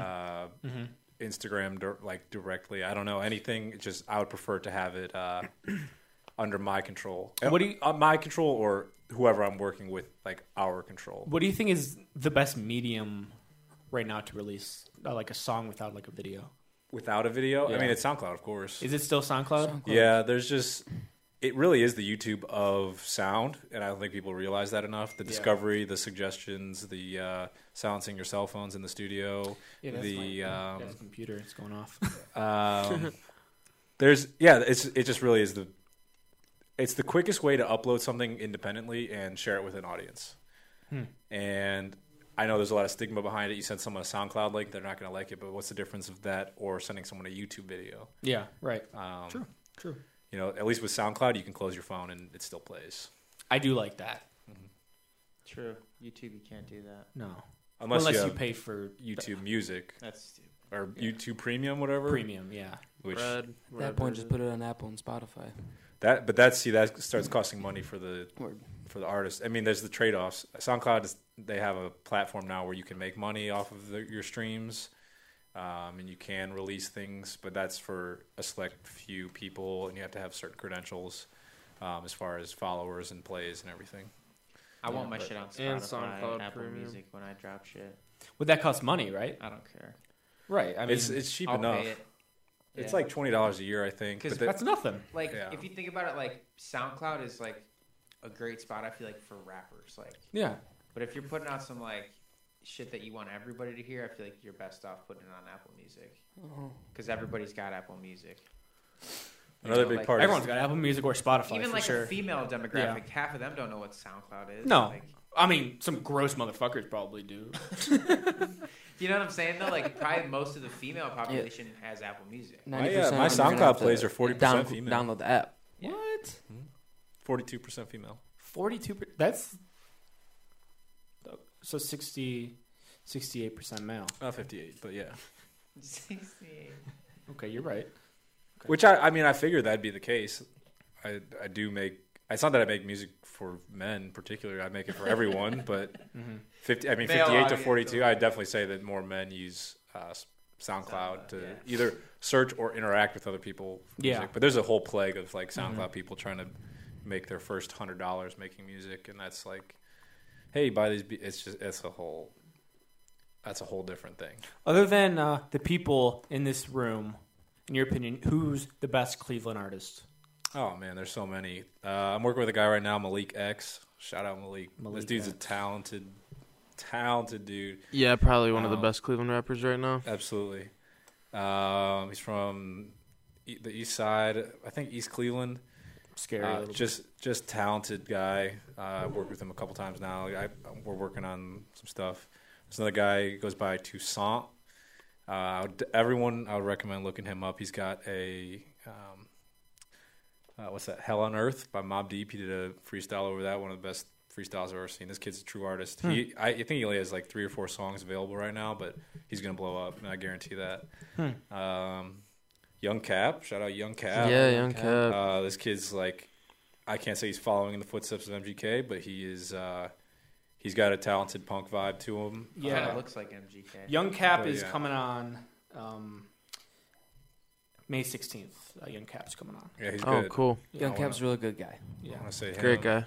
[SPEAKER 3] uh, Instagram, dir- like directly. I don't know anything. It's just I would prefer to have it uh, under my control.
[SPEAKER 1] What do you-
[SPEAKER 3] uh, my control or whoever I'm working with, like our control.
[SPEAKER 1] What do you think is the best medium right now to release uh, like a song without like a video?
[SPEAKER 3] Without a video,
[SPEAKER 1] Yeah.
[SPEAKER 3] I mean, it's SoundCloud, of course.
[SPEAKER 1] Is it still SoundCloud?
[SPEAKER 3] Yeah, there's just it really is the YouTube of sound, and I don't think people realize that enough. The discovery, the suggestions, the uh, silencing your cell phones in the studio,
[SPEAKER 1] Yeah, that's
[SPEAKER 3] the
[SPEAKER 1] my
[SPEAKER 3] um,
[SPEAKER 1] that's computer. It's going off.
[SPEAKER 3] Um, there's yeah, it's it just really is the it's the quickest way to upload something independently and share it with an audience.
[SPEAKER 1] Hmm.
[SPEAKER 3] And I know there's a lot of stigma behind it. You send someone a SoundCloud link, they're not going to like it. But what's the difference of that or sending someone a YouTube video?
[SPEAKER 1] yeah, right.
[SPEAKER 3] Um,
[SPEAKER 1] True, true.
[SPEAKER 3] You know, at least with SoundCloud, you can close your phone and it still plays.
[SPEAKER 1] I do like that.
[SPEAKER 4] True. YouTube, you can't do that.
[SPEAKER 1] No,
[SPEAKER 3] Unless,
[SPEAKER 1] unless,
[SPEAKER 3] you,
[SPEAKER 1] you,
[SPEAKER 3] have
[SPEAKER 1] pay for
[SPEAKER 3] YouTube Music
[SPEAKER 4] That's stupid.
[SPEAKER 3] or YouTube Premium, whatever.
[SPEAKER 1] premium. Yeah,
[SPEAKER 3] Which
[SPEAKER 6] Red,
[SPEAKER 5] At that
[SPEAKER 6] red,
[SPEAKER 5] point,
[SPEAKER 6] red,
[SPEAKER 5] just
[SPEAKER 6] red.
[SPEAKER 5] put it on Apple and Spotify.
[SPEAKER 3] that, but that's see that starts costing money for the
[SPEAKER 5] Word.
[SPEAKER 3] for the artist. I mean, there's the trade offs. SoundCloud is they have a platform now where you can make money off of the, your streams, um, and you can release things, but that's for a select few people, and you have to have certain credentials um, as far as followers and plays and everything.
[SPEAKER 4] I want
[SPEAKER 5] Yeah,
[SPEAKER 4] my
[SPEAKER 5] but-
[SPEAKER 4] shit on
[SPEAKER 6] and
[SPEAKER 4] Spotify,
[SPEAKER 6] SoundCloud
[SPEAKER 4] and Apple
[SPEAKER 6] Premium.
[SPEAKER 4] Music when I drop shit.
[SPEAKER 1] would that cost money? Right.
[SPEAKER 4] I don't care.
[SPEAKER 1] Right. I mean,
[SPEAKER 3] it's it's cheap
[SPEAKER 4] I'll
[SPEAKER 3] enough.
[SPEAKER 4] pay it.
[SPEAKER 3] It's
[SPEAKER 4] Yeah.
[SPEAKER 3] like twenty dollars a year, I think.
[SPEAKER 4] 'Cause
[SPEAKER 3] But that,
[SPEAKER 1] that's nothing.
[SPEAKER 4] like
[SPEAKER 3] Yeah.
[SPEAKER 4] if you think about it, like SoundCloud is like a great spot. I feel like for rappers, like.
[SPEAKER 1] Yeah.
[SPEAKER 4] But if you're putting out some like shit that you want everybody to hear, I feel like you're best off putting it on Apple Music
[SPEAKER 3] Oh.
[SPEAKER 4] because everybody's got Apple Music.
[SPEAKER 3] another
[SPEAKER 4] know,
[SPEAKER 3] big
[SPEAKER 4] like,
[SPEAKER 3] part.
[SPEAKER 1] Everyone's
[SPEAKER 3] is,
[SPEAKER 1] got Apple Music or Spotify
[SPEAKER 4] Even
[SPEAKER 1] for
[SPEAKER 4] like
[SPEAKER 1] sure.
[SPEAKER 4] a female demographic, half of them don't know what SoundCloud is.
[SPEAKER 1] no,
[SPEAKER 4] Like,
[SPEAKER 1] I mean some gross motherfuckers probably do.
[SPEAKER 4] you know what I'm saying though? Like probably most of the female population has Apple Music.
[SPEAKER 3] My, uh, my
[SPEAKER 5] 90% of them are gonna
[SPEAKER 3] SoundCloud
[SPEAKER 5] have to
[SPEAKER 3] plays are 40% female.
[SPEAKER 5] Download the app.
[SPEAKER 1] What?
[SPEAKER 3] Forty-two percent female.
[SPEAKER 1] Forty-two. per- That's so 60, 68 percent male.
[SPEAKER 3] Not fifty-eight, but yeah.
[SPEAKER 1] Okay, you're right.
[SPEAKER 3] Which I, I mean, I figured that'd be the case. I, I do make. It's not that I make music for men particularly. I make it for everyone, but fifty. I mean, fifty-eight
[SPEAKER 4] Mm-hmm. Male
[SPEAKER 3] to
[SPEAKER 4] audience,
[SPEAKER 3] forty-two.
[SPEAKER 4] though.
[SPEAKER 3] I definitely say that more men use uh, s- SoundCloud,
[SPEAKER 4] SoundCloud,
[SPEAKER 3] to
[SPEAKER 4] yeah.
[SPEAKER 3] either search or interact with other people. For
[SPEAKER 1] Yeah.
[SPEAKER 3] music. but there's a whole plague of
[SPEAKER 4] Mm-hmm.
[SPEAKER 3] like SoundCloud people trying to make their first hundred dollars making music, and that's like hey, buy these. Be-. It's just it's a whole. That's a whole different thing.
[SPEAKER 1] Other than uh, the people in this room, in your opinion, who's the best Cleveland artist?
[SPEAKER 3] Oh man, there's so many. Uh, I'm working with a guy right now, Malik X. Shout out Malik. this
[SPEAKER 1] Malik
[SPEAKER 3] dude's a
[SPEAKER 1] X.
[SPEAKER 3] talented, talented dude.
[SPEAKER 6] Yeah, probably one of the
[SPEAKER 3] Wow.
[SPEAKER 6] best Cleveland rappers right now.
[SPEAKER 3] Absolutely. Um, he's from e- the East Side, I think East Cleveland.
[SPEAKER 1] Scary.
[SPEAKER 3] Uh,
[SPEAKER 1] little-
[SPEAKER 3] just just talented guy. Uh, I worked with him a couple times now. I, we're working on some stuff. There's another guy who goes by Toussaint. Uh, I would- everyone, I would recommend looking him up. He's got a um, uh, what's that? Hell on Earth by Mob Deep. He did a freestyle over that. One of the best freestyles I've ever seen. This kid's a true artist.
[SPEAKER 1] Hmm.
[SPEAKER 3] He, I, I think he only has like three or four songs available right now, but he's gonna blow up, and I guarantee that.
[SPEAKER 1] Hmm.
[SPEAKER 3] Um, Young Cap, shout out Young Cap.
[SPEAKER 6] yeah, Young Cap.
[SPEAKER 3] Uh, this kid's like, I can't say he's following in the footsteps of MGK, but he is. Uh, he's got a talented punk vibe to him. Uh,
[SPEAKER 1] Yeah.
[SPEAKER 4] Kind of looks like MGK.
[SPEAKER 1] Young Cap
[SPEAKER 3] but
[SPEAKER 1] is
[SPEAKER 3] Oh, yeah.
[SPEAKER 1] coming on um, May 16th. Uh, Young Cap's coming on.
[SPEAKER 3] Yeah, he's
[SPEAKER 6] oh,
[SPEAKER 3] good.
[SPEAKER 6] cool.
[SPEAKER 5] Young Cap's a really good guy.
[SPEAKER 1] Yeah.
[SPEAKER 3] I want to say
[SPEAKER 6] Great
[SPEAKER 3] him.
[SPEAKER 6] guy.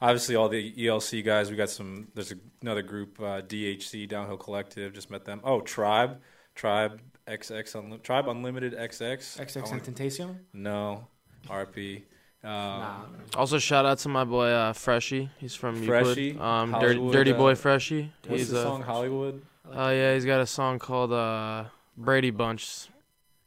[SPEAKER 3] Obviously, all the ELC guys. We got some. There's another group, uh, DHC Downhill Collective. Just met them. Oh, Tribe, Tribe XX, Unli- Tribe Unlimited XX. I
[SPEAKER 1] XX
[SPEAKER 3] wanna-
[SPEAKER 1] Tentacion?
[SPEAKER 3] no, RP. Um,
[SPEAKER 1] Nah.
[SPEAKER 6] Also, shout out to my boy uh, Freshy. He's from
[SPEAKER 3] Freshie,
[SPEAKER 6] Euclid. Um, Dirty,
[SPEAKER 3] Hollywood,
[SPEAKER 6] Dirty
[SPEAKER 3] uh,
[SPEAKER 6] Boy Freshy.
[SPEAKER 3] What's
[SPEAKER 6] He's
[SPEAKER 3] the
[SPEAKER 6] uh,
[SPEAKER 3] song? Hollywood.
[SPEAKER 6] Oh yeah, he's got a song called uh, "Brady Bunch."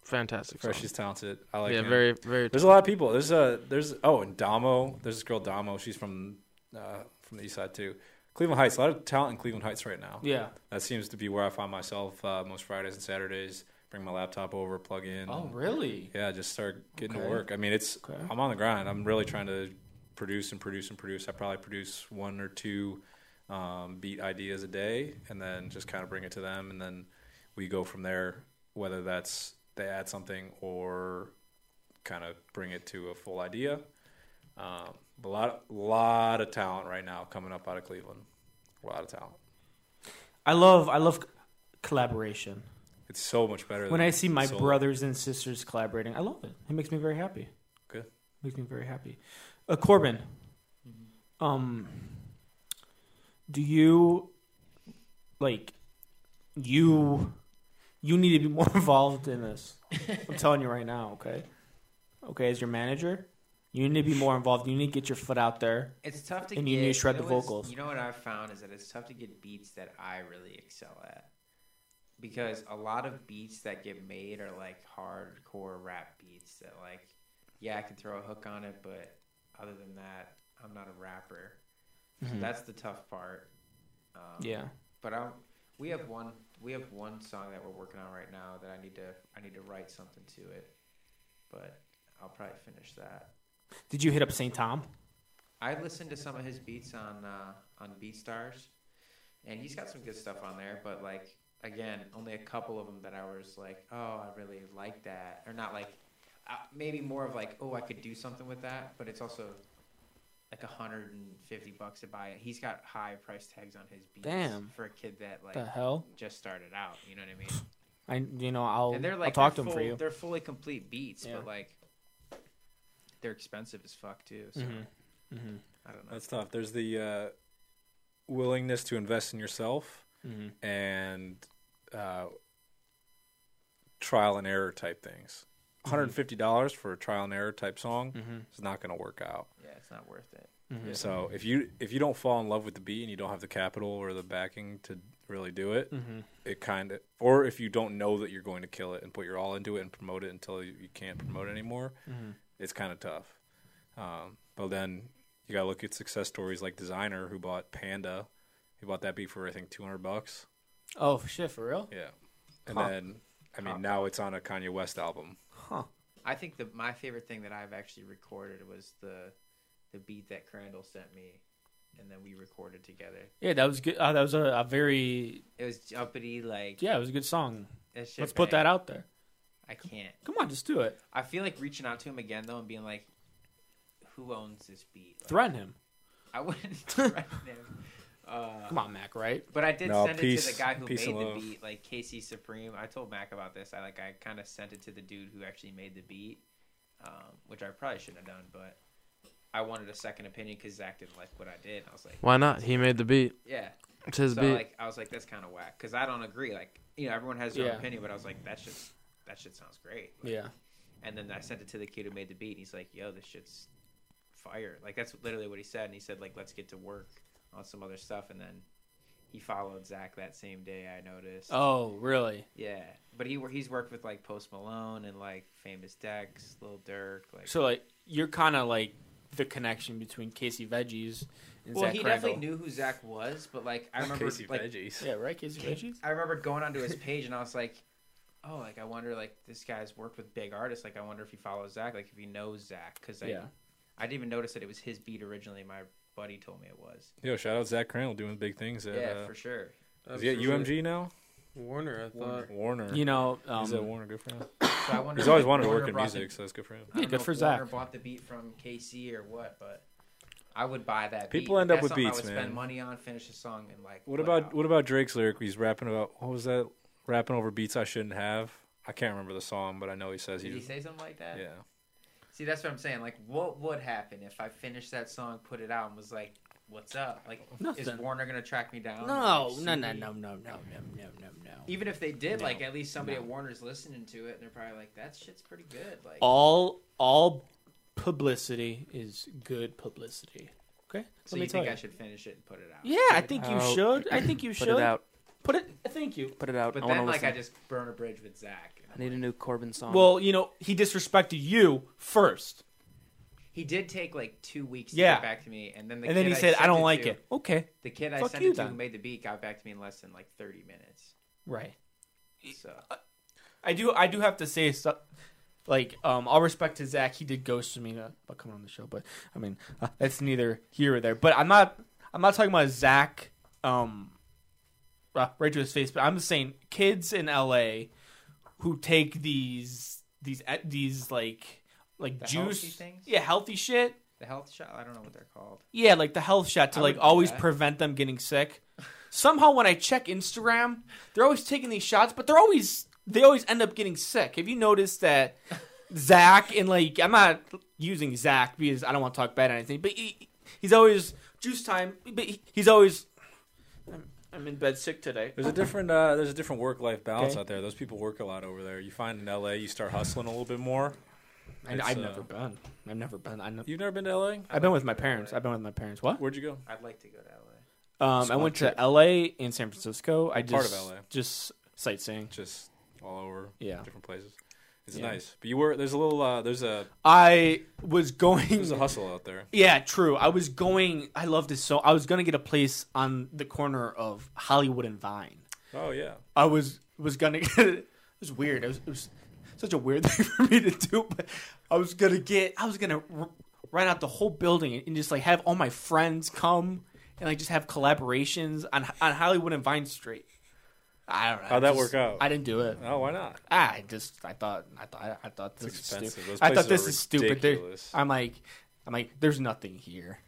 [SPEAKER 6] Fantastic. song.
[SPEAKER 3] Fresh is talented. I like
[SPEAKER 6] yeah,
[SPEAKER 3] him.
[SPEAKER 6] very, very.
[SPEAKER 3] There's a lot of people. There's a there's oh and Damo. There's this girl Damo. She's from uh, from the east side too. Cleveland Heights. A lot of talent in Cleveland Heights right now.
[SPEAKER 1] Yeah.
[SPEAKER 3] That seems to be where I find myself uh, most Fridays and Saturdays. Bring my laptop over, plug in.
[SPEAKER 1] Oh,
[SPEAKER 3] and-
[SPEAKER 1] really?
[SPEAKER 3] Yeah, just start getting
[SPEAKER 1] Okay.
[SPEAKER 3] to work. I mean, it's
[SPEAKER 1] Okay.
[SPEAKER 3] I'm on the grind. I'm really trying to produce and produce and produce. I probably produce one or two um, beat ideas a day, and then just kind of bring it to them, and then we go from there. Whether that's they add something or kind of bring it to a full idea. Um, a lot, lot of talent right now coming up out of Cleveland. A lot of talent.
[SPEAKER 1] I love I love c- collaboration.
[SPEAKER 3] It's so much better.
[SPEAKER 1] When
[SPEAKER 3] than
[SPEAKER 1] I see my
[SPEAKER 3] solo.
[SPEAKER 1] brothers and sisters collaborating, I love it. It makes me very happy.
[SPEAKER 3] Good.
[SPEAKER 1] Makes me very happy. Uh, Corbin, um, do you like you? You need to be more involved in this. I'm telling you right now. Okay. Okay, as your manager, you need to be more involved. You need to get your foot out there.
[SPEAKER 4] It's tough to
[SPEAKER 1] And
[SPEAKER 4] get.
[SPEAKER 1] you need to shred
[SPEAKER 4] know
[SPEAKER 1] the
[SPEAKER 4] what's-
[SPEAKER 1] vocals.
[SPEAKER 4] You know what I've found is that it's tough to get beats that I really excel at, because a lot of beats that get made are like hardcore rap beats that like, yeah, I can throw a hook on it, but other than that, I'm not a rapper. So that's the tough part. Um,
[SPEAKER 1] Mm-hmm. Yeah.
[SPEAKER 4] But I'm, we have one we have one song that we're working on right now that I need to I need to write something to it, but I'll probably finish that.
[SPEAKER 1] Did you hit up St. Tom?
[SPEAKER 4] I listened to some of his beats on uh, on BeatStars, and he's got some good stuff on there. But like again, only a couple of them that I was like, oh, I really like that, or not like, uh, maybe more of like, oh, I could do something with that. But it's also like hundred and fifty bucks to buy it. He's got high price tags on his beats
[SPEAKER 1] Damn.
[SPEAKER 4] for a kid that like
[SPEAKER 1] The hell?
[SPEAKER 4] just started out. You know what I mean?
[SPEAKER 1] I you know I'll
[SPEAKER 4] and they're like
[SPEAKER 1] I'll talk
[SPEAKER 4] they're
[SPEAKER 1] to him for
[SPEAKER 4] full-
[SPEAKER 1] you.
[SPEAKER 4] They're fully complete beats,
[SPEAKER 1] Yeah.
[SPEAKER 4] but like they're expensive as fuck too. So
[SPEAKER 1] Mm-hmm.
[SPEAKER 4] I don't know.
[SPEAKER 3] That's tough. There's the uh, willingness to invest in yourself and uh, trial and error type things. $150 for a trial and error type song is not going to work out.
[SPEAKER 4] Yeah, it's not worth it.
[SPEAKER 3] So if you if you don't fall in love with the beat and you don't have the capital or the backing to really do it,
[SPEAKER 1] Mm-hmm.
[SPEAKER 3] it kind of or if you don't know that you're going to kill it and put your all into it and promote it until you, you can't promote it anymore,
[SPEAKER 1] Mm-hmm.
[SPEAKER 3] it's kind of tough. Um, but then you gotta look at success stories like designer who bought Panda, he bought that beat for I think two hundred bucks.
[SPEAKER 1] Oh shit, for real?
[SPEAKER 3] Yeah, and then I mean now it's on a Kanye West album.
[SPEAKER 4] I think the my favorite thing that I've actually recorded was the the beat that Crandall sent me, and then we recorded together.
[SPEAKER 1] Yeah, that was good. Uh, that was a, a very
[SPEAKER 4] It was uppity, like
[SPEAKER 1] yeah, it was a good song.
[SPEAKER 4] that shit
[SPEAKER 1] Let's put that
[SPEAKER 4] banged.
[SPEAKER 1] out there.
[SPEAKER 4] I can't.
[SPEAKER 1] Come on, just do it.
[SPEAKER 4] I feel like reaching out to him again though and being like, "Who owns this beat?" Like,
[SPEAKER 1] Threaten him.
[SPEAKER 4] I wouldn't threaten him. Uh,
[SPEAKER 1] Come on, Mac. Right?
[SPEAKER 4] But I did
[SPEAKER 3] No,
[SPEAKER 4] send it
[SPEAKER 3] peace-
[SPEAKER 4] to the guy who
[SPEAKER 3] peace
[SPEAKER 4] made
[SPEAKER 3] and
[SPEAKER 4] the
[SPEAKER 3] love.
[SPEAKER 4] beat, like Casey Supreme. I told Mac about this. I like I kind of sent it to the dude who actually made the beat, um, which I probably shouldn't have done, but I wanted a second opinion because Zach didn't like what I did. And I was like,
[SPEAKER 6] Why not? He made the beat.
[SPEAKER 4] yeah.
[SPEAKER 6] It's his
[SPEAKER 4] so
[SPEAKER 6] beat.
[SPEAKER 4] like, I was like, that's kind of whack because I don't agree. Like, you know, everyone has their
[SPEAKER 1] Yeah.
[SPEAKER 4] own opinion, but I was like, that shit, that shit sounds great. Like,
[SPEAKER 1] Yeah.
[SPEAKER 4] And then I sent it to the kid who made the beat, and he's like, "Yo, this shit's fire!" Like that's literally what he said. And he said, "Like, let's get to work on some other stuff." And then he followed Zach that same day. I noticed.
[SPEAKER 1] Oh, really?
[SPEAKER 4] Yeah, but he wor- he's worked with like Post Malone and like Famous Dex, Lil Durk. Like,
[SPEAKER 1] So like you're kind of like the connection between Casey Veggies and
[SPEAKER 4] well,
[SPEAKER 1] Zach
[SPEAKER 4] he
[SPEAKER 1] Crandall.
[SPEAKER 4] definitely knew who Zach was, but like I remember
[SPEAKER 3] Casey
[SPEAKER 4] like
[SPEAKER 3] veggies.
[SPEAKER 1] Yeah, right, Casey Veggies.
[SPEAKER 4] I remember going onto his page and I was like, "Oh, like I wonder like this guy's worked with big artists. Like I wonder if he follows Zach. Like if he knows Zach because like,
[SPEAKER 1] Yeah.
[SPEAKER 4] I didn't even notice that it was his beat originally. My buddy told me it was.
[SPEAKER 3] Yo, shout out Zach Crandall doing big things at,
[SPEAKER 4] yeah,
[SPEAKER 3] uh,
[SPEAKER 4] for sure.
[SPEAKER 3] is he at UMG now?
[SPEAKER 6] Warner, I thought.
[SPEAKER 3] Warner.
[SPEAKER 1] Uh, You know,
[SPEAKER 3] He's at
[SPEAKER 1] um,
[SPEAKER 3] Warner. Good for him.
[SPEAKER 4] So I wonder
[SPEAKER 3] He's
[SPEAKER 4] if
[SPEAKER 3] always wanted to
[SPEAKER 4] Warner
[SPEAKER 3] work in
[SPEAKER 4] brought the-
[SPEAKER 3] music, so that's good for him.
[SPEAKER 4] I don't
[SPEAKER 1] Yeah, good
[SPEAKER 4] know
[SPEAKER 1] for
[SPEAKER 4] if Warner
[SPEAKER 1] Zach.
[SPEAKER 4] Bought the beat from KC or what, but I would buy that.
[SPEAKER 3] People
[SPEAKER 4] beat.
[SPEAKER 3] end up
[SPEAKER 4] That's
[SPEAKER 3] with
[SPEAKER 4] something
[SPEAKER 3] beats,
[SPEAKER 4] I would
[SPEAKER 3] man.
[SPEAKER 4] Spend money on, finish a song, and like.
[SPEAKER 3] What
[SPEAKER 4] put
[SPEAKER 3] about
[SPEAKER 4] out.
[SPEAKER 3] what about Drake's lyric? He's rapping about what was that? Rapping over beats I shouldn't have. I can't remember the song, but I know he says
[SPEAKER 4] Did
[SPEAKER 3] he.
[SPEAKER 4] he say something like that?
[SPEAKER 3] yeah.
[SPEAKER 4] See, that's what I'm saying. Like, what would happen if I finished that song, put it out, and was like, "What's up?" Like,
[SPEAKER 1] Nothing.
[SPEAKER 4] is Warner gonna track me down?
[SPEAKER 1] no,
[SPEAKER 4] Like,
[SPEAKER 1] no,
[SPEAKER 4] sue
[SPEAKER 1] no,
[SPEAKER 4] me?
[SPEAKER 1] no, no, no, no, no, no, no.
[SPEAKER 4] Even if they did,
[SPEAKER 1] No.
[SPEAKER 4] like, at least somebody
[SPEAKER 1] No.
[SPEAKER 4] at Warner's listening to it, and they're probably like, "That shit's pretty good." Like,
[SPEAKER 1] All all publicity is good publicity. Okay,
[SPEAKER 4] so you think I should finish it and put it out?
[SPEAKER 1] Yeah, I think you
[SPEAKER 5] out.
[SPEAKER 1] should. I think you
[SPEAKER 5] Put
[SPEAKER 1] should
[SPEAKER 5] it out.
[SPEAKER 1] Put it. Thank you.
[SPEAKER 5] Put it out.
[SPEAKER 4] But
[SPEAKER 5] I
[SPEAKER 4] then,
[SPEAKER 5] want to
[SPEAKER 4] like,
[SPEAKER 5] listen.
[SPEAKER 4] I just burn a bridge with Zach.
[SPEAKER 5] I need a new Corbin song.
[SPEAKER 1] Well, you know, he disrespected you first,
[SPEAKER 4] He did take like two weeks to
[SPEAKER 1] Yeah.
[SPEAKER 4] get back to me, and then the
[SPEAKER 1] and then
[SPEAKER 4] kid
[SPEAKER 1] he said, "I
[SPEAKER 4] sent
[SPEAKER 1] don't like
[SPEAKER 4] to-
[SPEAKER 1] it." Okay,
[SPEAKER 4] The kid I
[SPEAKER 1] Fuck
[SPEAKER 4] sent
[SPEAKER 1] you,
[SPEAKER 4] it to who
[SPEAKER 1] then.
[SPEAKER 4] made the beat got back to me in less than like 30 minutes.
[SPEAKER 1] right.
[SPEAKER 4] So
[SPEAKER 1] I do. I do have to say, so- like, um, all respect to Zach. He did ghost to me uh, about coming on the show, but I mean, uh, that's neither here or there. But I'm not. I'm not talking about Zach. Um, uh, right to his face. But I'm just saying, kids in LA who take these these eh, these like like
[SPEAKER 4] The
[SPEAKER 1] juice
[SPEAKER 4] healthy things?
[SPEAKER 1] yeah healthy shit
[SPEAKER 4] the health shot, I don't know what they're called.
[SPEAKER 1] yeah like the health shot to
[SPEAKER 4] I
[SPEAKER 1] like
[SPEAKER 4] would do
[SPEAKER 1] always
[SPEAKER 4] that.
[SPEAKER 1] prevent them getting sick somehow when i check instagram they're always taking these shots but they're always they always end up getting sick have you noticed that zach and like i'm not using zach because i don't want to talk bad or anything but he, he's always juice time but he, he's always I'm, I'm in bed sick today
[SPEAKER 3] There's a different uh, there's a different work life balance
[SPEAKER 1] Okay.
[SPEAKER 3] out there. Those people work a lot over there. You find in LA, you start hustling a little bit more.
[SPEAKER 1] and
[SPEAKER 3] It's,
[SPEAKER 1] i've
[SPEAKER 3] uh,
[SPEAKER 1] never been i've never been I know,
[SPEAKER 3] You've never been to LA?
[SPEAKER 1] i've been with my parents i've been with my parents what
[SPEAKER 3] Where'd you go?
[SPEAKER 4] I'd like to go to LA.
[SPEAKER 1] um, i
[SPEAKER 3] Small
[SPEAKER 1] went
[SPEAKER 3] trip.
[SPEAKER 1] to la and san francisco i just
[SPEAKER 3] Part of LA.
[SPEAKER 1] just sightseeing
[SPEAKER 3] Just all over.
[SPEAKER 1] Yeah.
[SPEAKER 3] Different places. It's
[SPEAKER 1] Yeah.
[SPEAKER 3] nice. But you were there's a little uh, there's a
[SPEAKER 1] i was going
[SPEAKER 3] there's a hustle out there.
[SPEAKER 1] Yeah, true. I was going. I love this so. I was gonna get a place on the corner of Hollywood and Vine.
[SPEAKER 3] Oh yeah.
[SPEAKER 1] I was was gonna. Get, it was weird. It was, it was such a weird thing for me to do. But I was gonna get. I was gonna r- rent out the whole building and just like have all my friends come and like just have collaborations on on Hollywood and Vine Street. I don't know.
[SPEAKER 3] How'd that
[SPEAKER 1] Just-
[SPEAKER 3] work out?
[SPEAKER 1] I didn't do it. Ah,
[SPEAKER 3] Oh, why not?
[SPEAKER 1] I just I thought I thought I thought this is
[SPEAKER 3] expensive.
[SPEAKER 1] stupid.
[SPEAKER 3] Those
[SPEAKER 1] I thought
[SPEAKER 3] places are
[SPEAKER 1] this is stupid. There-
[SPEAKER 3] ridiculous.
[SPEAKER 1] I'm like I'm like there's nothing here.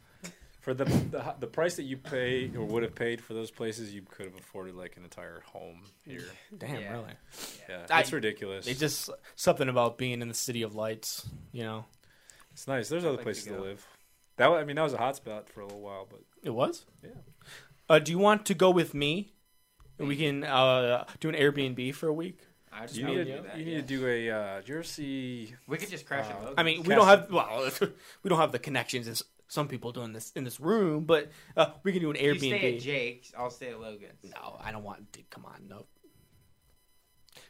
[SPEAKER 3] For the, the the price that you pay or would have paid for those places, you could have afforded like an entire home here.
[SPEAKER 1] Damn,
[SPEAKER 4] Yeah.
[SPEAKER 1] really.
[SPEAKER 3] Yeah,
[SPEAKER 1] I-
[SPEAKER 3] it's ridiculous.
[SPEAKER 1] It's just something about being in the city of lights, you know.
[SPEAKER 3] it's nice. There's other
[SPEAKER 4] like to
[SPEAKER 3] places to,
[SPEAKER 4] go.
[SPEAKER 3] live. That wa- I mean, that was a hot spot for a little while, but
[SPEAKER 1] It was.
[SPEAKER 3] Yeah.
[SPEAKER 1] Uh, do you want to go with me? We can uh, do an Airbnb for a week.
[SPEAKER 4] I just
[SPEAKER 3] you
[SPEAKER 4] I
[SPEAKER 3] need
[SPEAKER 4] would
[SPEAKER 3] to,
[SPEAKER 4] do that,
[SPEAKER 3] you need
[SPEAKER 4] yeah.
[SPEAKER 3] to do a uh, Jersey.
[SPEAKER 4] We could just crash at Logan's.
[SPEAKER 1] I mean, we don't have well, we don't have the connections as some people do in this in this room, but uh, we can do an
[SPEAKER 4] you
[SPEAKER 1] Airbnb.
[SPEAKER 4] stay at Jake's, I'll stay at Logan's.
[SPEAKER 1] no, I don't want. Dude, come on, no.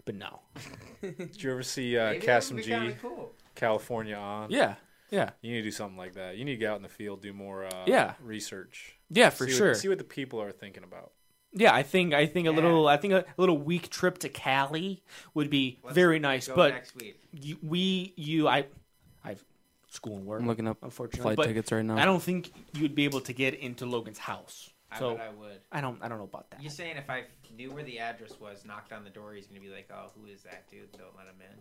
[SPEAKER 1] But no.
[SPEAKER 3] Did you ever see uh,
[SPEAKER 4] Maybe that would
[SPEAKER 3] Cassim
[SPEAKER 4] be
[SPEAKER 3] G
[SPEAKER 4] kinda cool.
[SPEAKER 3] California on?
[SPEAKER 1] Yeah, yeah,
[SPEAKER 3] You need to do something like that. You need to get out in the field, do more uh,
[SPEAKER 1] Yeah.
[SPEAKER 3] research.
[SPEAKER 1] yeah, for
[SPEAKER 3] See what-
[SPEAKER 1] sure.
[SPEAKER 3] see what the people are thinking about.
[SPEAKER 1] yeah, I think I think a
[SPEAKER 4] Yeah.
[SPEAKER 1] little I think a, a little week trip to Cali would be
[SPEAKER 4] Let's
[SPEAKER 1] very nice,
[SPEAKER 4] go
[SPEAKER 1] but
[SPEAKER 4] next week.
[SPEAKER 1] you, we, you, I, I've school and work.
[SPEAKER 5] I'm looking up
[SPEAKER 1] unfortunately,
[SPEAKER 5] flight
[SPEAKER 1] but
[SPEAKER 5] tickets right now.
[SPEAKER 1] I don't think you'd be able to get into Logan's house.
[SPEAKER 4] I
[SPEAKER 1] So
[SPEAKER 4] bet I would.
[SPEAKER 1] I don't, I don't know about that.
[SPEAKER 4] You're saying if I knew where the address was, knocked on the door, he's gonna be like, "Oh, who is that dude? Don't let him in."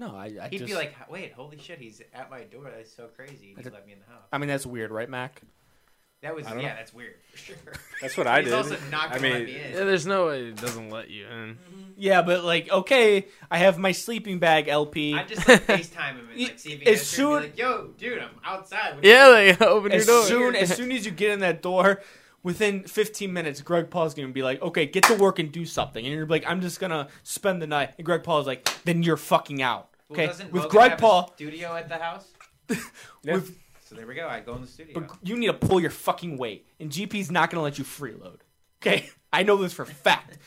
[SPEAKER 1] No, I, I
[SPEAKER 4] He'd
[SPEAKER 1] just,
[SPEAKER 4] be like, "H- "Wait, holy shit, he's at my door. That's so crazy. He
[SPEAKER 1] I did-
[SPEAKER 4] let me in the house."
[SPEAKER 1] I mean, that's weird, right, Mac?
[SPEAKER 4] That was
[SPEAKER 3] I
[SPEAKER 4] yeah,
[SPEAKER 3] don't know.
[SPEAKER 4] that's weird for sure.
[SPEAKER 3] That's what I
[SPEAKER 4] He's
[SPEAKER 3] did.
[SPEAKER 4] also not
[SPEAKER 3] I
[SPEAKER 4] gonna let
[SPEAKER 3] mean,
[SPEAKER 4] me in.
[SPEAKER 6] Yeah, there's no way it doesn't let you in.
[SPEAKER 1] Yeah, but like, okay, I have my sleeping bag LP.
[SPEAKER 4] I just like FaceTime him and like see if he
[SPEAKER 1] As
[SPEAKER 4] answers and be
[SPEAKER 1] soon-
[SPEAKER 4] like, yo, dude, I'm outside. What are you
[SPEAKER 6] Yeah,
[SPEAKER 4] doing?"
[SPEAKER 6] like open
[SPEAKER 1] as
[SPEAKER 6] your door.
[SPEAKER 1] soon as soon as you get in that door, within 15 minutes, Greg Paul's gonna be like, "Okay, get to work and do something," and you're like, "I'm just gonna spend the night." And Greg Paul's like, "Then you're fucking out."
[SPEAKER 4] Well,
[SPEAKER 1] Okay,
[SPEAKER 4] doesn't
[SPEAKER 1] with
[SPEAKER 4] Logan
[SPEAKER 1] Greg
[SPEAKER 4] have a
[SPEAKER 1] Paul,
[SPEAKER 4] studio at the house.
[SPEAKER 3] Yeah.
[SPEAKER 1] with,
[SPEAKER 4] So there we go. I go in the studio.
[SPEAKER 1] but you need to pull your fucking weight, and GP's not gonna let you freeload. Okay, I know this for a fact.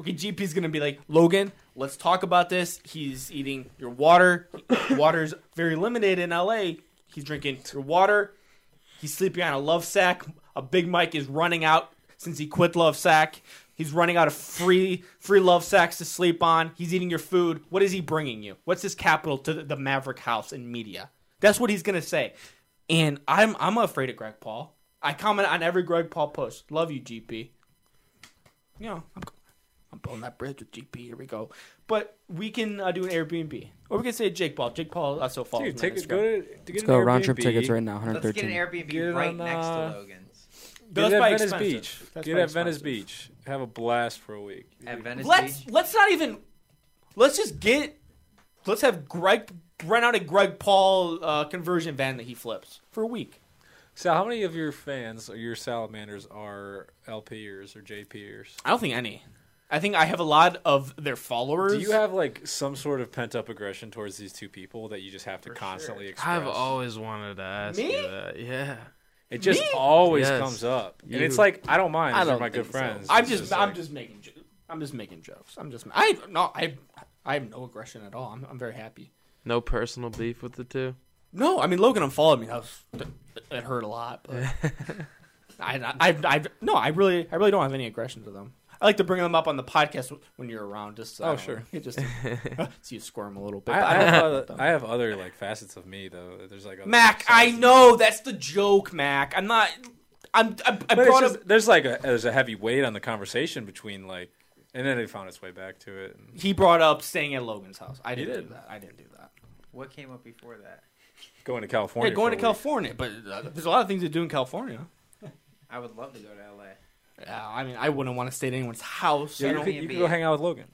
[SPEAKER 1] Okay, GP's gonna be like, Logan, let's talk about this. He's eating your water. Water's very limited in LA. He's drinking your water. He's sleeping on a love sack. A big Mike is running out since he quit love sack. He's running out of free free love sacks to sleep on. He's eating your food. What is he bringing you? What's his capital to the- the Maverick house and media? That's what he's gonna say. And I'm I'm afraid of Greg Paul. I comment on every Greg Paul post. Love you, GP. You know, I'm, I'm building that bridge with GP. Here we go. But we can uh, do an Airbnb, or we can say Jake Paul. Jake Paul uh, also follows.
[SPEAKER 3] dude,
[SPEAKER 1] me
[SPEAKER 3] take
[SPEAKER 1] on
[SPEAKER 3] it.
[SPEAKER 1] Instagram.
[SPEAKER 3] Go to, to get
[SPEAKER 5] Let's
[SPEAKER 3] an
[SPEAKER 5] go round trip
[SPEAKER 3] Airbnb.
[SPEAKER 5] tickets right now.
[SPEAKER 4] Let's get an
[SPEAKER 5] 113.
[SPEAKER 4] Airbnb
[SPEAKER 3] Get it
[SPEAKER 4] right
[SPEAKER 3] on,
[SPEAKER 4] next
[SPEAKER 3] uh,
[SPEAKER 4] to Logan's
[SPEAKER 1] That's
[SPEAKER 3] Get at
[SPEAKER 1] probably
[SPEAKER 3] Venice
[SPEAKER 1] expensive.
[SPEAKER 3] Beach.
[SPEAKER 1] That's
[SPEAKER 3] get
[SPEAKER 1] probably
[SPEAKER 3] at Venice
[SPEAKER 1] expensive.
[SPEAKER 3] Beach. Have a blast for a week.
[SPEAKER 4] at Venice
[SPEAKER 1] Let's
[SPEAKER 4] Beach.
[SPEAKER 1] let's not even. Let's just get. Let's have Greg rent out a Greg Paul uh, conversion van that he flips for a week.
[SPEAKER 3] Sal, how many of your fans or your salamanders are LPers or JPers?
[SPEAKER 1] I don't think any. I think I have a lot of their followers.
[SPEAKER 3] Do you have like some sort of pent up aggression towards these two people that you just have to constantly express?
[SPEAKER 6] I've always wanted to ask
[SPEAKER 1] Me?
[SPEAKER 6] you that. Yeah.
[SPEAKER 3] it just always
[SPEAKER 6] Yes.
[SPEAKER 3] comes up, and
[SPEAKER 6] You-
[SPEAKER 3] it's like I don't mind.
[SPEAKER 5] I
[SPEAKER 3] These are
[SPEAKER 5] don't
[SPEAKER 3] my good
[SPEAKER 5] think so.
[SPEAKER 3] friends.
[SPEAKER 1] I'm
[SPEAKER 3] It's
[SPEAKER 1] just, I'm
[SPEAKER 3] like-
[SPEAKER 1] just making jo- I'm just making jokes. I'm just I no I I have no aggression at all. I'm, I'm very happy.
[SPEAKER 6] No personal beef with the two.
[SPEAKER 1] No, I mean Logan unfollowed me. That was it hurt a lot, but I, I I no I really I really don't have any aggression to them. I like to bring them up on the podcast when you're around. Just I
[SPEAKER 3] Oh,
[SPEAKER 1] don't know.
[SPEAKER 3] sure.
[SPEAKER 1] it just uh, see you squirm a little bit.
[SPEAKER 3] I,
[SPEAKER 1] but
[SPEAKER 3] I,
[SPEAKER 1] I don't
[SPEAKER 3] have
[SPEAKER 1] know
[SPEAKER 3] other,
[SPEAKER 1] about them.
[SPEAKER 3] I have other like facets of me though. There's like other
[SPEAKER 1] Mac, I
[SPEAKER 3] sides to me.
[SPEAKER 1] know that's the joke, Mac. I'm not. I'm. I, I
[SPEAKER 3] But it's
[SPEAKER 1] brought
[SPEAKER 3] just-
[SPEAKER 1] up.
[SPEAKER 3] there's like a, there's a heavy weight on the conversation between like, and then it found its way back to it. And
[SPEAKER 1] He brought up staying at Logan's house. I didn't
[SPEAKER 3] did.
[SPEAKER 1] do that. I didn't do that.
[SPEAKER 4] What came up before that?
[SPEAKER 3] going to California.
[SPEAKER 1] Yeah, going to
[SPEAKER 3] for a week.
[SPEAKER 1] California, but uh, there's a lot of things to do in California.
[SPEAKER 4] I would love to go to LA.
[SPEAKER 1] Yeah, I mean, I wouldn't want to stay at anyone's house.
[SPEAKER 3] Yeah,
[SPEAKER 1] I
[SPEAKER 3] you,
[SPEAKER 1] don't-
[SPEAKER 3] could, you could go hang out with Logan.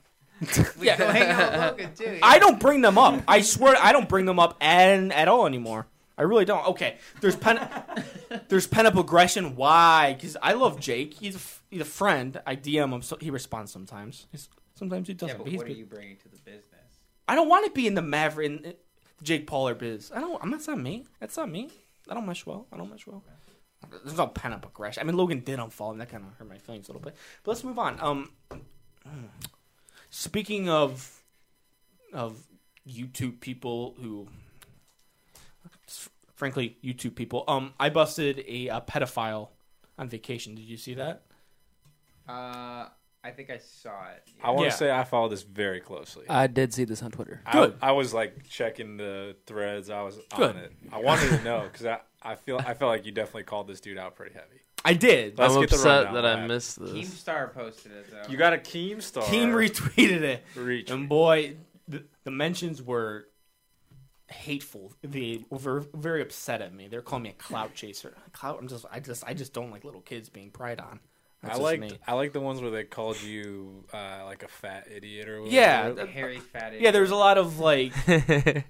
[SPEAKER 4] We
[SPEAKER 1] Yeah.
[SPEAKER 4] go hang out with Logan too.
[SPEAKER 1] I don't bring them up. I swear I don't bring them up and at all anymore. I really don't. Okay, there's pen, there's pen up aggression. Why? Because I love Jake. He's a, f- he's a friend. I DM him. So he responds sometimes. He's, sometimes he
[SPEAKER 4] Yeah,
[SPEAKER 1] doesn't.
[SPEAKER 4] but
[SPEAKER 1] but he's
[SPEAKER 4] what are
[SPEAKER 1] been-
[SPEAKER 4] you bringing to the business?
[SPEAKER 1] I don't want to be in the Maverick, in, in Jake Paul or Biz. I don't. I'm that's not me. That's not me. I don't mesh well. I don't mesh well. There's no pent up aggression. I mean, Logan did unfollow him. That kind of hurt my feelings a little bit. But let's move on. Um, speaking of of YouTube people who, frankly, YouTube people. Um, I busted a, uh pedophile on vacation. Did you see that?
[SPEAKER 4] Uh, I think I saw it. Yeah.
[SPEAKER 3] I want
[SPEAKER 1] Yeah. Uh,
[SPEAKER 3] to say I follow this very closely.
[SPEAKER 5] I did see this on Twitter.
[SPEAKER 3] I-
[SPEAKER 1] Good.
[SPEAKER 3] I, was like checking the threads. I was
[SPEAKER 1] Good.
[SPEAKER 3] on it. I wanted to know because I, I feel I felt like you definitely called this dude out pretty heavy.
[SPEAKER 1] I did.
[SPEAKER 3] Let's
[SPEAKER 6] I'm
[SPEAKER 3] get the
[SPEAKER 6] upset
[SPEAKER 3] rundown,
[SPEAKER 6] that I
[SPEAKER 3] Matt.
[SPEAKER 6] missed this.
[SPEAKER 4] Keemstar posted it though.
[SPEAKER 3] You got a Keemstar.
[SPEAKER 1] Team retweeted it.
[SPEAKER 3] Reach.
[SPEAKER 1] And boy, the, the mentions were hateful. They were very upset at me. They're calling me a clout chaser. Clout. I'm just. I just. I just don't like little kids being pried on. That's
[SPEAKER 3] I
[SPEAKER 1] just
[SPEAKER 3] liked
[SPEAKER 1] me.
[SPEAKER 3] I like the ones where they called you uh, like a fat idiot or whatever.
[SPEAKER 1] Yeah.
[SPEAKER 4] The hairy fatty.
[SPEAKER 1] Yeah. There was a lot of like,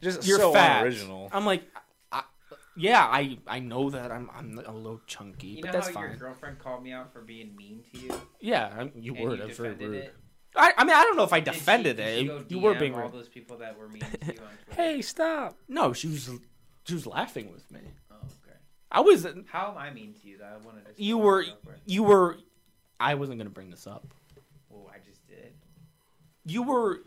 [SPEAKER 3] just
[SPEAKER 1] you're
[SPEAKER 3] so
[SPEAKER 1] fat.
[SPEAKER 3] original.
[SPEAKER 1] I'm like, I, yeah. I I know that I'm I'm a little chunky,
[SPEAKER 4] You know
[SPEAKER 1] but that's
[SPEAKER 4] how your
[SPEAKER 1] fine.
[SPEAKER 4] girlfriend called me out for being mean to you?
[SPEAKER 1] Yeah. I'm, you
[SPEAKER 4] and
[SPEAKER 1] were.
[SPEAKER 4] you
[SPEAKER 1] That's very
[SPEAKER 4] defended
[SPEAKER 1] rude.
[SPEAKER 4] it?
[SPEAKER 1] I, I mean, I don't know if I
[SPEAKER 4] Did she-
[SPEAKER 1] defended
[SPEAKER 4] did
[SPEAKER 1] it.
[SPEAKER 4] she go
[SPEAKER 1] you were
[SPEAKER 4] DM
[SPEAKER 1] being
[SPEAKER 4] all
[SPEAKER 1] rude.
[SPEAKER 4] those people that were mean to you on Twitter.
[SPEAKER 3] Hey, stop!
[SPEAKER 1] No, she was she was laughing with me.
[SPEAKER 4] Oh, okay.
[SPEAKER 1] I was
[SPEAKER 4] How am I mean to you though? I wanted to.
[SPEAKER 1] you were
[SPEAKER 4] real quick.
[SPEAKER 1] you were I wasn't going to bring this up.
[SPEAKER 4] Well, I just did.
[SPEAKER 1] you were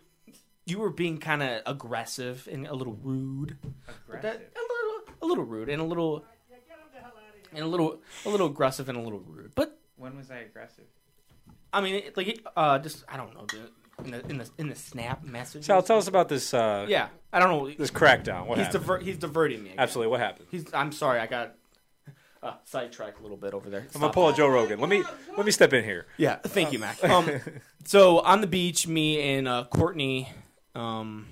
[SPEAKER 1] you were being kind of aggressive and a little rude. That-
[SPEAKER 4] Aggressive.
[SPEAKER 1] a little a little rude and a little and a little a little aggressive and a little rude. But
[SPEAKER 4] When was I aggressive?
[SPEAKER 1] I mean, it, like it, uh, just I don't know dude, in the in the in the snap message.
[SPEAKER 3] Sal, tell us about this. Uh,
[SPEAKER 1] Yeah, I don't know. He's
[SPEAKER 3] This crackdown. What happened?
[SPEAKER 1] diver- he's diverting me. again.
[SPEAKER 3] Absolutely, what happened?
[SPEAKER 1] He's. I'm sorry. I got uh, sidetracked a little bit over there.
[SPEAKER 3] I'm
[SPEAKER 1] Stop
[SPEAKER 3] gonna pull a Joe Rogan. Let me let me step in here.
[SPEAKER 1] Yeah, thank you, Mac. Um, so on the beach, me and uh, Courtney, um,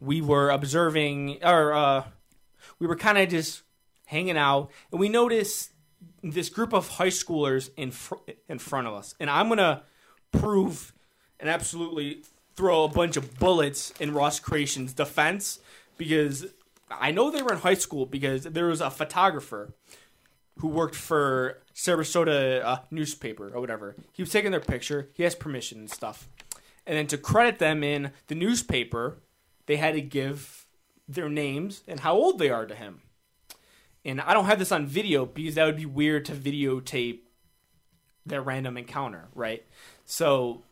[SPEAKER 1] we were observing, or uh, we were kind of just hanging out, and we noticed this group of high schoolers in fr- in front of us, and I'm gonna prove and absolutely throw a bunch of bullets in Ross Creation's defense because I know they were in high school because there was a photographer who worked for Sarasota uh, newspaper or whatever. He was taking their picture. He has permission and stuff. And then to credit them in the newspaper, they had to give their names and how old they are to him. And I don't have this on video because that would be weird to videotape their random encounter, right? So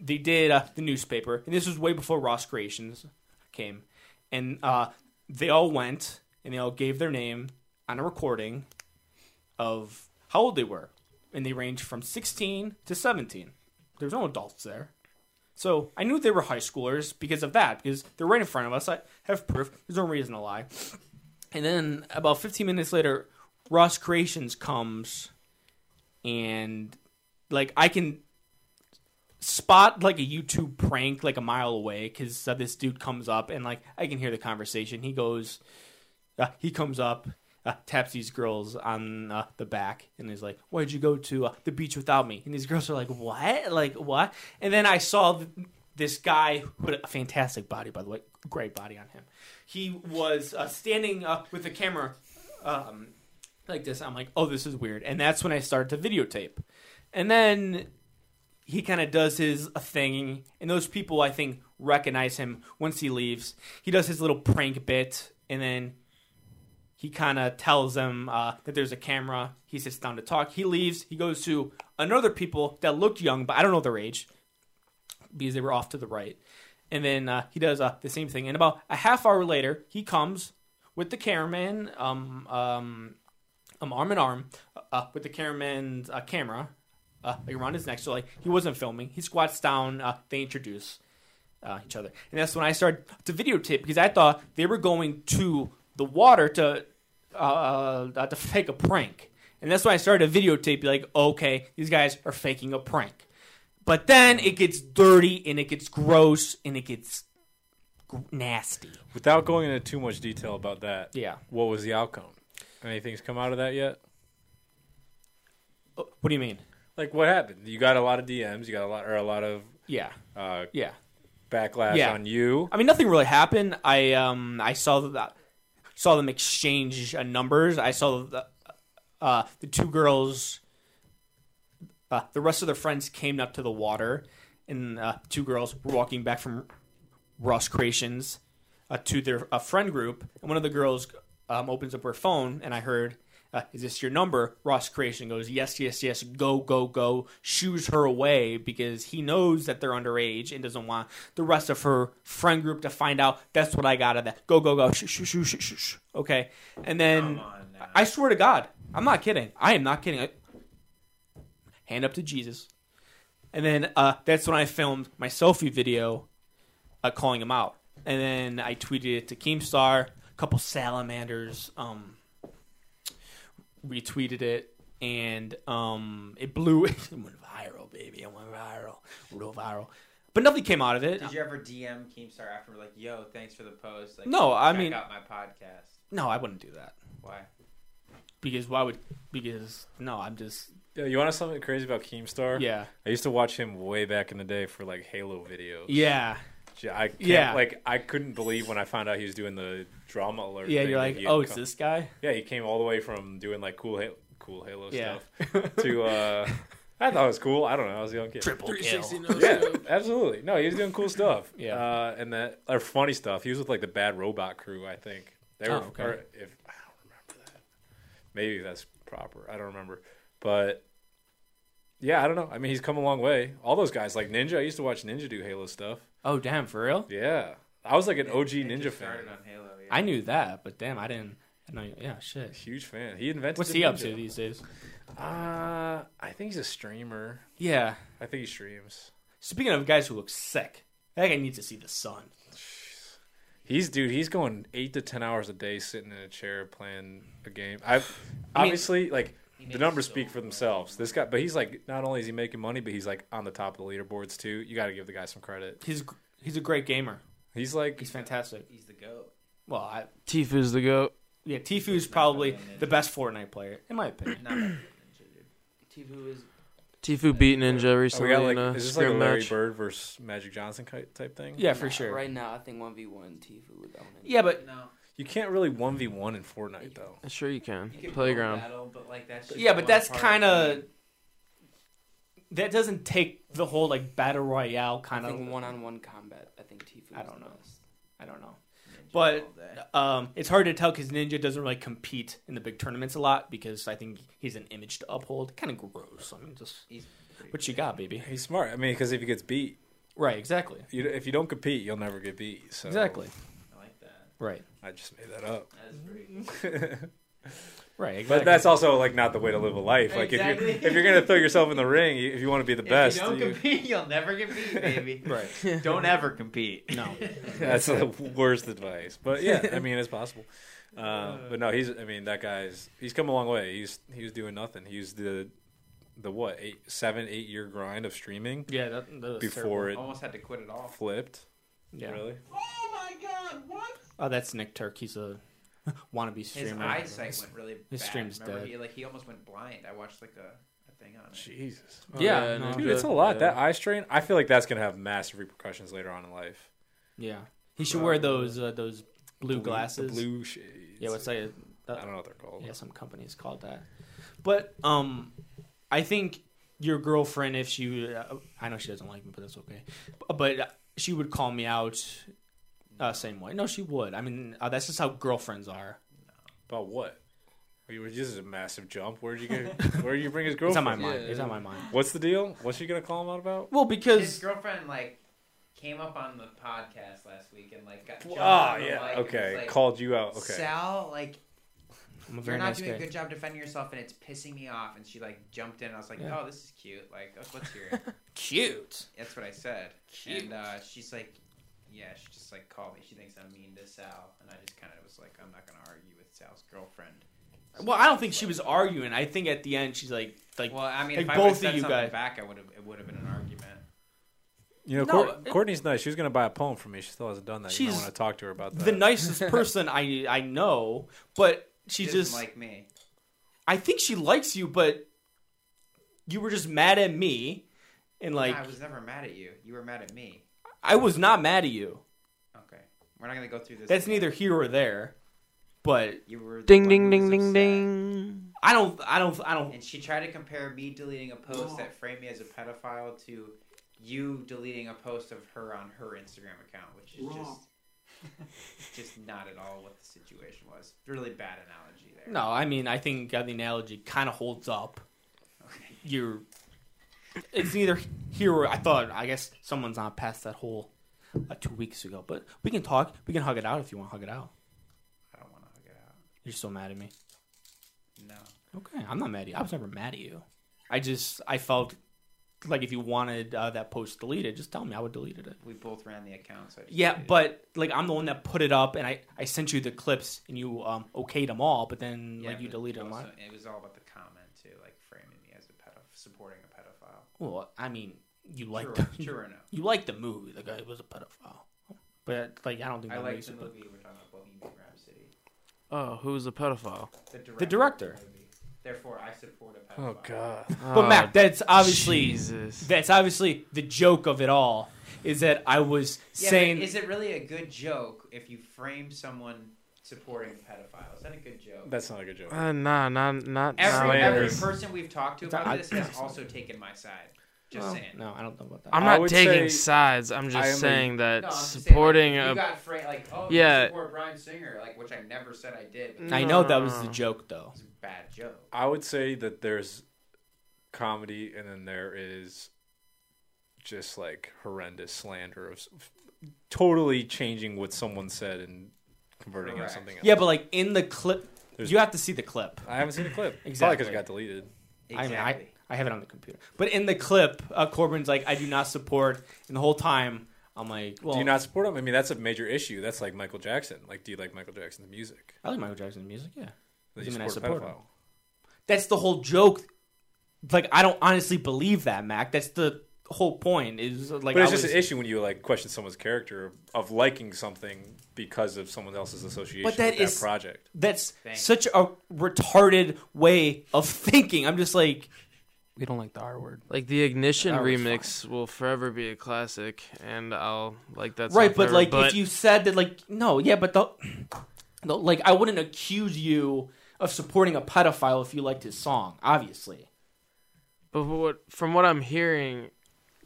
[SPEAKER 1] they did uh, the newspaper, and this was way before Ross Creations came. And uh, they all went and they all gave their name on a recording of how old they were, and they ranged from 16 to 17. There's no adults there. So I knew they were high schoolers because of that, because they're right in front of us. I have proof. There's no reason to lie. And then about 15 minutes later, Ross Creations comes, and like I can spot like a YouTube prank like a mile away because uh, this dude comes up and like I can hear the conversation. He goes, uh, he comes up, uh, taps these girls on uh, the back, and is like, "Why'd you go to uh, the beach without me?" And these girls are like, "What? Like what?" And then I saw th- this guy who had a fantastic body, by the way, great body on him. He was uh, standing up with the camera um, like this. I'm like, "Oh, this is weird," and that's when I started to videotape. And then he kind of does his uh, thing, and those people I think recognize him once he leaves. He does his little prank bit, and then he kind of tells them uh, that there's a camera. He sits down to talk. He leaves. He goes to another people that looked young, but I don't know their age because they were off to the right. And then uh, he does uh, the same thing. And about a half hour later, he comes with the cameraman, um, um, um, arm in arm, uh, with the cameraman's uh, camera uh, like around his neck. So like he wasn't filming. He squats down. Uh, they introduce uh, each other, and that's when I started to videotape because I thought they were going to the water to uh, uh, to fake a prank, and that's when I started to videotape. Like, okay, these guys are faking a prank, but then it gets dirty and it gets gross and it gets gr- nasty.
[SPEAKER 3] Without going into too much detail about that,
[SPEAKER 1] Yeah.
[SPEAKER 3] What was the outcome? Anything's come out of that yet?
[SPEAKER 1] Uh, What do you mean?
[SPEAKER 3] Like what happened? You got a lot of DMs. You got a lot or a lot of
[SPEAKER 1] Yeah,
[SPEAKER 3] uh,
[SPEAKER 1] yeah.
[SPEAKER 3] backlash
[SPEAKER 1] Yeah.
[SPEAKER 3] on you.
[SPEAKER 1] I mean, nothing really happened. I um I saw that saw them exchange uh, numbers. I saw the uh, the two girls. Uh, the rest of their friends came up to the water, and uh, two girls were walking back from Ross Creations uh, to their uh, friend group, and one of the girls um, opens up her phone, and I heard. Uh, is this your number? Ross Creation goes, yes, yes, yes, go, go, go. Shoos her away because he knows that they're underage and doesn't want the rest of her friend group to find out. That's what I got out of that. Go, go, go. Shoo, shoo, shoo, shoo, shoo, shoo. Okay. And then
[SPEAKER 4] Come on now.
[SPEAKER 1] I swear to God, I'm not kidding. I am not kidding. I, hand up to Jesus. And then uh, that's when I filmed my selfie video uh, calling him out. And then I tweeted it to Keemstar. A couple salamanders um, retweeted it. And um, it blew. It went viral, baby. It went viral. Real viral. But nothing came out of it.
[SPEAKER 4] Did you ever DM Keemstar after like, "Yo, thanks for the post"? Like,
[SPEAKER 1] No, I
[SPEAKER 4] check
[SPEAKER 1] mean-
[SPEAKER 4] out my podcast.
[SPEAKER 1] No, I wouldn't do that.
[SPEAKER 4] Why?
[SPEAKER 1] Because why would. Because, no, I'm just.
[SPEAKER 3] Yeah, You want to know something crazy about Keemstar?
[SPEAKER 1] Yeah.
[SPEAKER 3] I used to watch him way back in the day for like Halo videos.
[SPEAKER 1] Yeah.
[SPEAKER 3] Gee, I can't,
[SPEAKER 1] Yeah.
[SPEAKER 3] like I couldn't believe when I found out he was doing the drama alert.
[SPEAKER 1] Yeah,
[SPEAKER 3] thing
[SPEAKER 1] you're
[SPEAKER 3] that
[SPEAKER 1] like,
[SPEAKER 3] he had
[SPEAKER 1] oh, it's
[SPEAKER 3] come-
[SPEAKER 1] this guy?
[SPEAKER 3] Yeah, he came all the way from doing like cool, Halo, cool Halo
[SPEAKER 1] Yeah.
[SPEAKER 3] stuff to. uh I thought it was cool. I don't know. I was a young kid.
[SPEAKER 1] Triple kill.
[SPEAKER 3] Yeah, absolutely. No, he was doing cool stuff.
[SPEAKER 1] Yeah.
[SPEAKER 3] uh, and that or funny stuff. He was with like the Bad Robot Crew, I think. They were,
[SPEAKER 1] Oh, okay.
[SPEAKER 3] or if I don't remember that. Maybe that's proper. I don't remember, but yeah, I don't know. I mean, he's come a long way. All those guys, like Ninja. I used to watch Ninja do Halo stuff.
[SPEAKER 1] Oh, damn, for real?
[SPEAKER 3] Yeah, I was like an OG
[SPEAKER 4] It
[SPEAKER 3] Ninja
[SPEAKER 4] just
[SPEAKER 3] fan,
[SPEAKER 4] started on Halo. Yeah.
[SPEAKER 1] I knew that, but damn, I didn't. I know. Yeah, shit.
[SPEAKER 3] huge fan. He invented.
[SPEAKER 1] What's
[SPEAKER 3] the
[SPEAKER 1] he up
[SPEAKER 3] Ninja.
[SPEAKER 1] to these days?
[SPEAKER 3] Uh, I think he's a streamer.
[SPEAKER 1] Yeah.
[SPEAKER 3] I think he streams.
[SPEAKER 1] Speaking of guys who look sick, I think I need to see the sun.
[SPEAKER 3] He's dude. He's going eight to ten hours a day sitting in a chair playing a game. I've obviously like the numbers speak for themselves. This guy, but he's like not only is he making money, but he's like on the top of the leaderboards too. You got to give the guy some credit.
[SPEAKER 1] He's he's a great gamer.
[SPEAKER 3] He's like
[SPEAKER 1] He's fantastic.
[SPEAKER 4] He's the goat.
[SPEAKER 1] Well, I,
[SPEAKER 6] Tifu's the goat.
[SPEAKER 1] yeah, Tfue is probably the best Fortnite player in my opinion.
[SPEAKER 4] Not that-
[SPEAKER 5] Tifu is
[SPEAKER 6] Tifu beat Ninja
[SPEAKER 3] Are we
[SPEAKER 6] recently
[SPEAKER 3] got, like,
[SPEAKER 6] in a
[SPEAKER 3] is this like a
[SPEAKER 6] scrim
[SPEAKER 3] Larry
[SPEAKER 6] match.
[SPEAKER 3] Bird versus Magic Johnson ki- type thing?
[SPEAKER 1] Yeah, for
[SPEAKER 5] nah,
[SPEAKER 1] sure.
[SPEAKER 5] Right now, I think one v one Tifu would own it.
[SPEAKER 1] Yeah, but
[SPEAKER 4] No.
[SPEAKER 3] You can't really one v one in Fortnite though.
[SPEAKER 6] Sure you can.
[SPEAKER 4] You can
[SPEAKER 6] Playground.
[SPEAKER 4] Battle, but like that's just
[SPEAKER 1] yeah, but
[SPEAKER 4] one
[SPEAKER 1] that's
[SPEAKER 4] part
[SPEAKER 1] kind
[SPEAKER 4] the
[SPEAKER 1] of
[SPEAKER 4] game.
[SPEAKER 1] that doesn't take the whole like battle royale
[SPEAKER 5] I
[SPEAKER 1] kind of.
[SPEAKER 5] think one on one combat. I think Tifu.
[SPEAKER 1] I
[SPEAKER 5] is
[SPEAKER 1] don't
[SPEAKER 5] the
[SPEAKER 1] know.
[SPEAKER 5] best.
[SPEAKER 1] I don't know.
[SPEAKER 4] Ninja
[SPEAKER 1] but-
[SPEAKER 4] all day.
[SPEAKER 1] Um, it's hard to tell because Ninja doesn't really compete in the big tournaments a lot because I think he's an image to uphold. Kind of gross. I mean, just
[SPEAKER 4] He's pretty
[SPEAKER 1] what you got, baby.
[SPEAKER 3] He's smart. I mean, because if he gets beat,
[SPEAKER 1] Right. Exactly.
[SPEAKER 3] you, if you don't compete, you'll never get beat. So
[SPEAKER 1] Exactly.
[SPEAKER 4] I like that.
[SPEAKER 1] Right.
[SPEAKER 3] I just made that up.
[SPEAKER 4] That is pretty.
[SPEAKER 1] Right. Exactly.
[SPEAKER 3] But that's also like not the way to live a life. Like if
[SPEAKER 4] Exactly.
[SPEAKER 3] you're if you're gonna throw yourself in the ring, you- if you want to be the best,
[SPEAKER 4] If you don't
[SPEAKER 3] you-
[SPEAKER 4] compete, you'll never get beat, baby.
[SPEAKER 1] right.
[SPEAKER 4] don't ever compete.
[SPEAKER 1] No.
[SPEAKER 3] that's the worst advice. But yeah, I mean it's possible. Uh, but no, he's. I mean that guy's. He's come a long way. He's he was doing nothing. He was the the what eight seven eight year grind of streaming
[SPEAKER 1] Yeah. That, that was
[SPEAKER 3] before it
[SPEAKER 4] Almost had to quit it all.
[SPEAKER 3] flipped.
[SPEAKER 1] terrible. Yeah.
[SPEAKER 3] Really?
[SPEAKER 1] Oh, that's Nick Turk. He's a wannabe
[SPEAKER 4] His
[SPEAKER 1] streamer.
[SPEAKER 4] eyesight went really bad.
[SPEAKER 1] his stream's
[SPEAKER 4] Remember,
[SPEAKER 1] dead.
[SPEAKER 4] He, like he almost went blind. I watched like a, a thing on it.
[SPEAKER 3] Jesus.
[SPEAKER 1] Yeah,
[SPEAKER 6] yeah,
[SPEAKER 1] no.
[SPEAKER 3] Dude, it's a lot. That eye strain. I feel like that's gonna have massive repercussions later on in life.
[SPEAKER 1] Yeah. He should wear those uh, those blue,
[SPEAKER 3] the
[SPEAKER 1] glasses.
[SPEAKER 3] blue shades.
[SPEAKER 1] Yeah. What's that?
[SPEAKER 3] I
[SPEAKER 1] that
[SPEAKER 3] don't know what they're called.
[SPEAKER 1] yeah, some companies call it that. But um, I think your girlfriend, if she, uh, I know she doesn't like me, but that's okay. But she would call me out uh, same way. No, she would. I mean, uh, that's just how girlfriends are.
[SPEAKER 3] About what? Are you- This is a massive jump. Where'd you get? Where you bring his
[SPEAKER 1] It's on
[SPEAKER 3] girlfriend?
[SPEAKER 1] my mind. It's on my mind.
[SPEAKER 3] What's the deal? What's she gonna call him out about?
[SPEAKER 1] Well,
[SPEAKER 4] His
[SPEAKER 1] because
[SPEAKER 4] girlfriend like came up on the podcast last week and like got. jumped
[SPEAKER 3] Ah,
[SPEAKER 4] on the
[SPEAKER 3] yeah.
[SPEAKER 4] mic and
[SPEAKER 3] Okay,
[SPEAKER 4] was like,
[SPEAKER 3] called you out. Okay.
[SPEAKER 4] Sal, like
[SPEAKER 1] I'm a
[SPEAKER 4] you're
[SPEAKER 1] very
[SPEAKER 4] not
[SPEAKER 1] nice
[SPEAKER 4] doing
[SPEAKER 1] guy.
[SPEAKER 4] a good job defending yourself, and it's pissing me off. And she like jumped in. And I was like,
[SPEAKER 1] Yeah.
[SPEAKER 4] oh, this is cute. Like let's, let's hear it.
[SPEAKER 1] Cute.
[SPEAKER 4] That's what I said. And uh, she's like, yeah, she just like called me. She thinks I'm mean to Sal, and I just kind of was like, I'm not gonna argue with Sal's girlfriend.
[SPEAKER 1] Well, I don't think she was arguing. I think at the end she's like, like,
[SPEAKER 4] Well, I mean,
[SPEAKER 1] Like
[SPEAKER 4] if I
[SPEAKER 1] both
[SPEAKER 4] would
[SPEAKER 1] of
[SPEAKER 4] have said
[SPEAKER 1] you
[SPEAKER 4] something
[SPEAKER 1] guys.
[SPEAKER 4] back, I would have. It would have been an argument.
[SPEAKER 3] You know,
[SPEAKER 1] No,
[SPEAKER 3] Cour-
[SPEAKER 1] it-
[SPEAKER 3] Courtney's nice. She was gonna buy a poem for me. She still hasn't done that. you
[SPEAKER 1] She's
[SPEAKER 3] might want to talk to her about that.
[SPEAKER 1] the nicest person I I know, but she
[SPEAKER 4] She
[SPEAKER 1] just
[SPEAKER 4] just like me.
[SPEAKER 1] I think she likes you, but you were just mad at me, and like
[SPEAKER 4] I was never mad at you. You were mad at me.
[SPEAKER 1] not mad at you.
[SPEAKER 4] Okay, we're not gonna go through this.
[SPEAKER 1] That's
[SPEAKER 4] again.
[SPEAKER 1] neither here or there. But
[SPEAKER 4] You were the
[SPEAKER 6] Ding
[SPEAKER 4] one
[SPEAKER 6] ding
[SPEAKER 4] who
[SPEAKER 6] ding
[SPEAKER 4] was
[SPEAKER 6] ding
[SPEAKER 4] upset.
[SPEAKER 6] ding.
[SPEAKER 1] I don't I don't I don't
[SPEAKER 4] And she tried to compare me deleting a
[SPEAKER 1] Oh.
[SPEAKER 4] post that framed me as a pedophile to you deleting a post of her on her Instagram account, which is just just not at all what the situation was. Really bad analogy there.
[SPEAKER 1] no. I mean I think uh, the analogy kind of holds up.
[SPEAKER 4] Okay.
[SPEAKER 1] You're it's neither here or I thought I guess someone's not past that whole uh, two weeks ago. But we can talk. We can hug it out if you want to hug it out.
[SPEAKER 4] I don't want to hug it out.
[SPEAKER 1] You're so mad at me.
[SPEAKER 4] No.
[SPEAKER 1] Okay, I'm not mad at you. I was never mad at you. I just I felt like if you wanted uh, that post deleted, just tell me. I would delete it.
[SPEAKER 4] We both ran the account, so I just
[SPEAKER 1] Yeah,
[SPEAKER 4] deleted it.
[SPEAKER 1] but like I'm the one that put it up, and I I sent you the clips, and you um okayed them all, but then
[SPEAKER 4] Yeah,
[SPEAKER 1] like you
[SPEAKER 4] but
[SPEAKER 1] deleted them.
[SPEAKER 4] also,
[SPEAKER 1] all.
[SPEAKER 4] It was all about the comment too, like framing me as a pedophile, supporting a pedophile.
[SPEAKER 1] Well, I mean, you like
[SPEAKER 4] True,
[SPEAKER 1] the,
[SPEAKER 4] or, true or no?
[SPEAKER 1] you like the movie. The guy was a pedophile, but uh, like I don't think
[SPEAKER 4] I
[SPEAKER 1] that
[SPEAKER 4] like
[SPEAKER 1] makes
[SPEAKER 4] the
[SPEAKER 1] it. but-
[SPEAKER 4] movie we're talking about, Bohemian Rhapsody.
[SPEAKER 6] Oh, who's a pedophile?
[SPEAKER 4] The director.
[SPEAKER 1] director.
[SPEAKER 4] of the movie. Therefore, I support a pedophile.
[SPEAKER 3] Oh God.
[SPEAKER 1] But Mac, that's obviously
[SPEAKER 6] Oh, Jesus.
[SPEAKER 1] that's obviously the joke of it all is that I was
[SPEAKER 4] Yeah, but
[SPEAKER 1] saying
[SPEAKER 4] is it really a good joke if you frame someone supporting a pedophile? Is that a good joke?
[SPEAKER 3] That's not a good joke.
[SPEAKER 6] Uh, nah, not not
[SPEAKER 4] Every,
[SPEAKER 6] not-
[SPEAKER 4] every
[SPEAKER 3] Slanders.
[SPEAKER 4] person we've talked to
[SPEAKER 1] It's not-
[SPEAKER 4] about this
[SPEAKER 1] I-
[SPEAKER 4] has also taken my side. Just
[SPEAKER 1] Well,
[SPEAKER 4] saying.
[SPEAKER 1] Oh, no, I don't know about that.
[SPEAKER 6] I'm
[SPEAKER 3] I
[SPEAKER 6] not
[SPEAKER 3] would say-
[SPEAKER 6] taking sides. I'm just
[SPEAKER 3] I am a-
[SPEAKER 6] saying that
[SPEAKER 4] No, I'm just saying, like,
[SPEAKER 6] supporting
[SPEAKER 4] you
[SPEAKER 6] a
[SPEAKER 4] got fra- like oh you
[SPEAKER 6] Yeah.
[SPEAKER 4] support Brian Singer like which I never said I did. But
[SPEAKER 1] I know that was the
[SPEAKER 6] No.
[SPEAKER 1] joke though.
[SPEAKER 4] It's a bad joke.
[SPEAKER 3] I would say that there's comedy, and then there is just like horrendous slander of s- f- totally changing what someone said and converting it to
[SPEAKER 4] Correct.
[SPEAKER 3] something else.
[SPEAKER 1] Yeah, but like in the clip,
[SPEAKER 3] There's-
[SPEAKER 1] you have to see the clip.
[SPEAKER 3] I haven't seen the clip. Probably
[SPEAKER 1] Exactly.
[SPEAKER 3] because it got deleted.
[SPEAKER 4] Exactly.
[SPEAKER 1] I mean, I, I have it on the computer. But in the clip, uh, Corbin's like, I do not support. And the whole time, I'm like, well,
[SPEAKER 3] do you not support him? I mean, that's a major issue. That's like Michael Jackson. Like, do you like Michael Jackson's music?
[SPEAKER 1] I like Michael Jackson's music, yeah.
[SPEAKER 3] That
[SPEAKER 1] You
[SPEAKER 3] you
[SPEAKER 1] mean I
[SPEAKER 3] support a
[SPEAKER 1] support him?
[SPEAKER 3] pedophile.
[SPEAKER 1] That's the whole joke. Like, I don't honestly believe that, Mac. That's the whole point. Is like,
[SPEAKER 3] But
[SPEAKER 1] I
[SPEAKER 3] it's just
[SPEAKER 1] was-
[SPEAKER 3] an issue when you like question someone's character of, of liking something because of someone else's association
[SPEAKER 1] But that
[SPEAKER 3] with that
[SPEAKER 1] is-
[SPEAKER 3] project.
[SPEAKER 1] that's
[SPEAKER 4] Thanks.
[SPEAKER 1] such a retarded way of thinking. I'm just like,
[SPEAKER 5] we don't like the R word.
[SPEAKER 6] Like the Ignition
[SPEAKER 5] That was
[SPEAKER 6] remix will forever be a classic, and I'll like that. song
[SPEAKER 1] right, but
[SPEAKER 6] forever,
[SPEAKER 1] like if you said that, like no, yeah, but the, the like I wouldn't accuse you of supporting a pedophile if you liked his song, obviously.
[SPEAKER 6] But from what from what I'm hearing,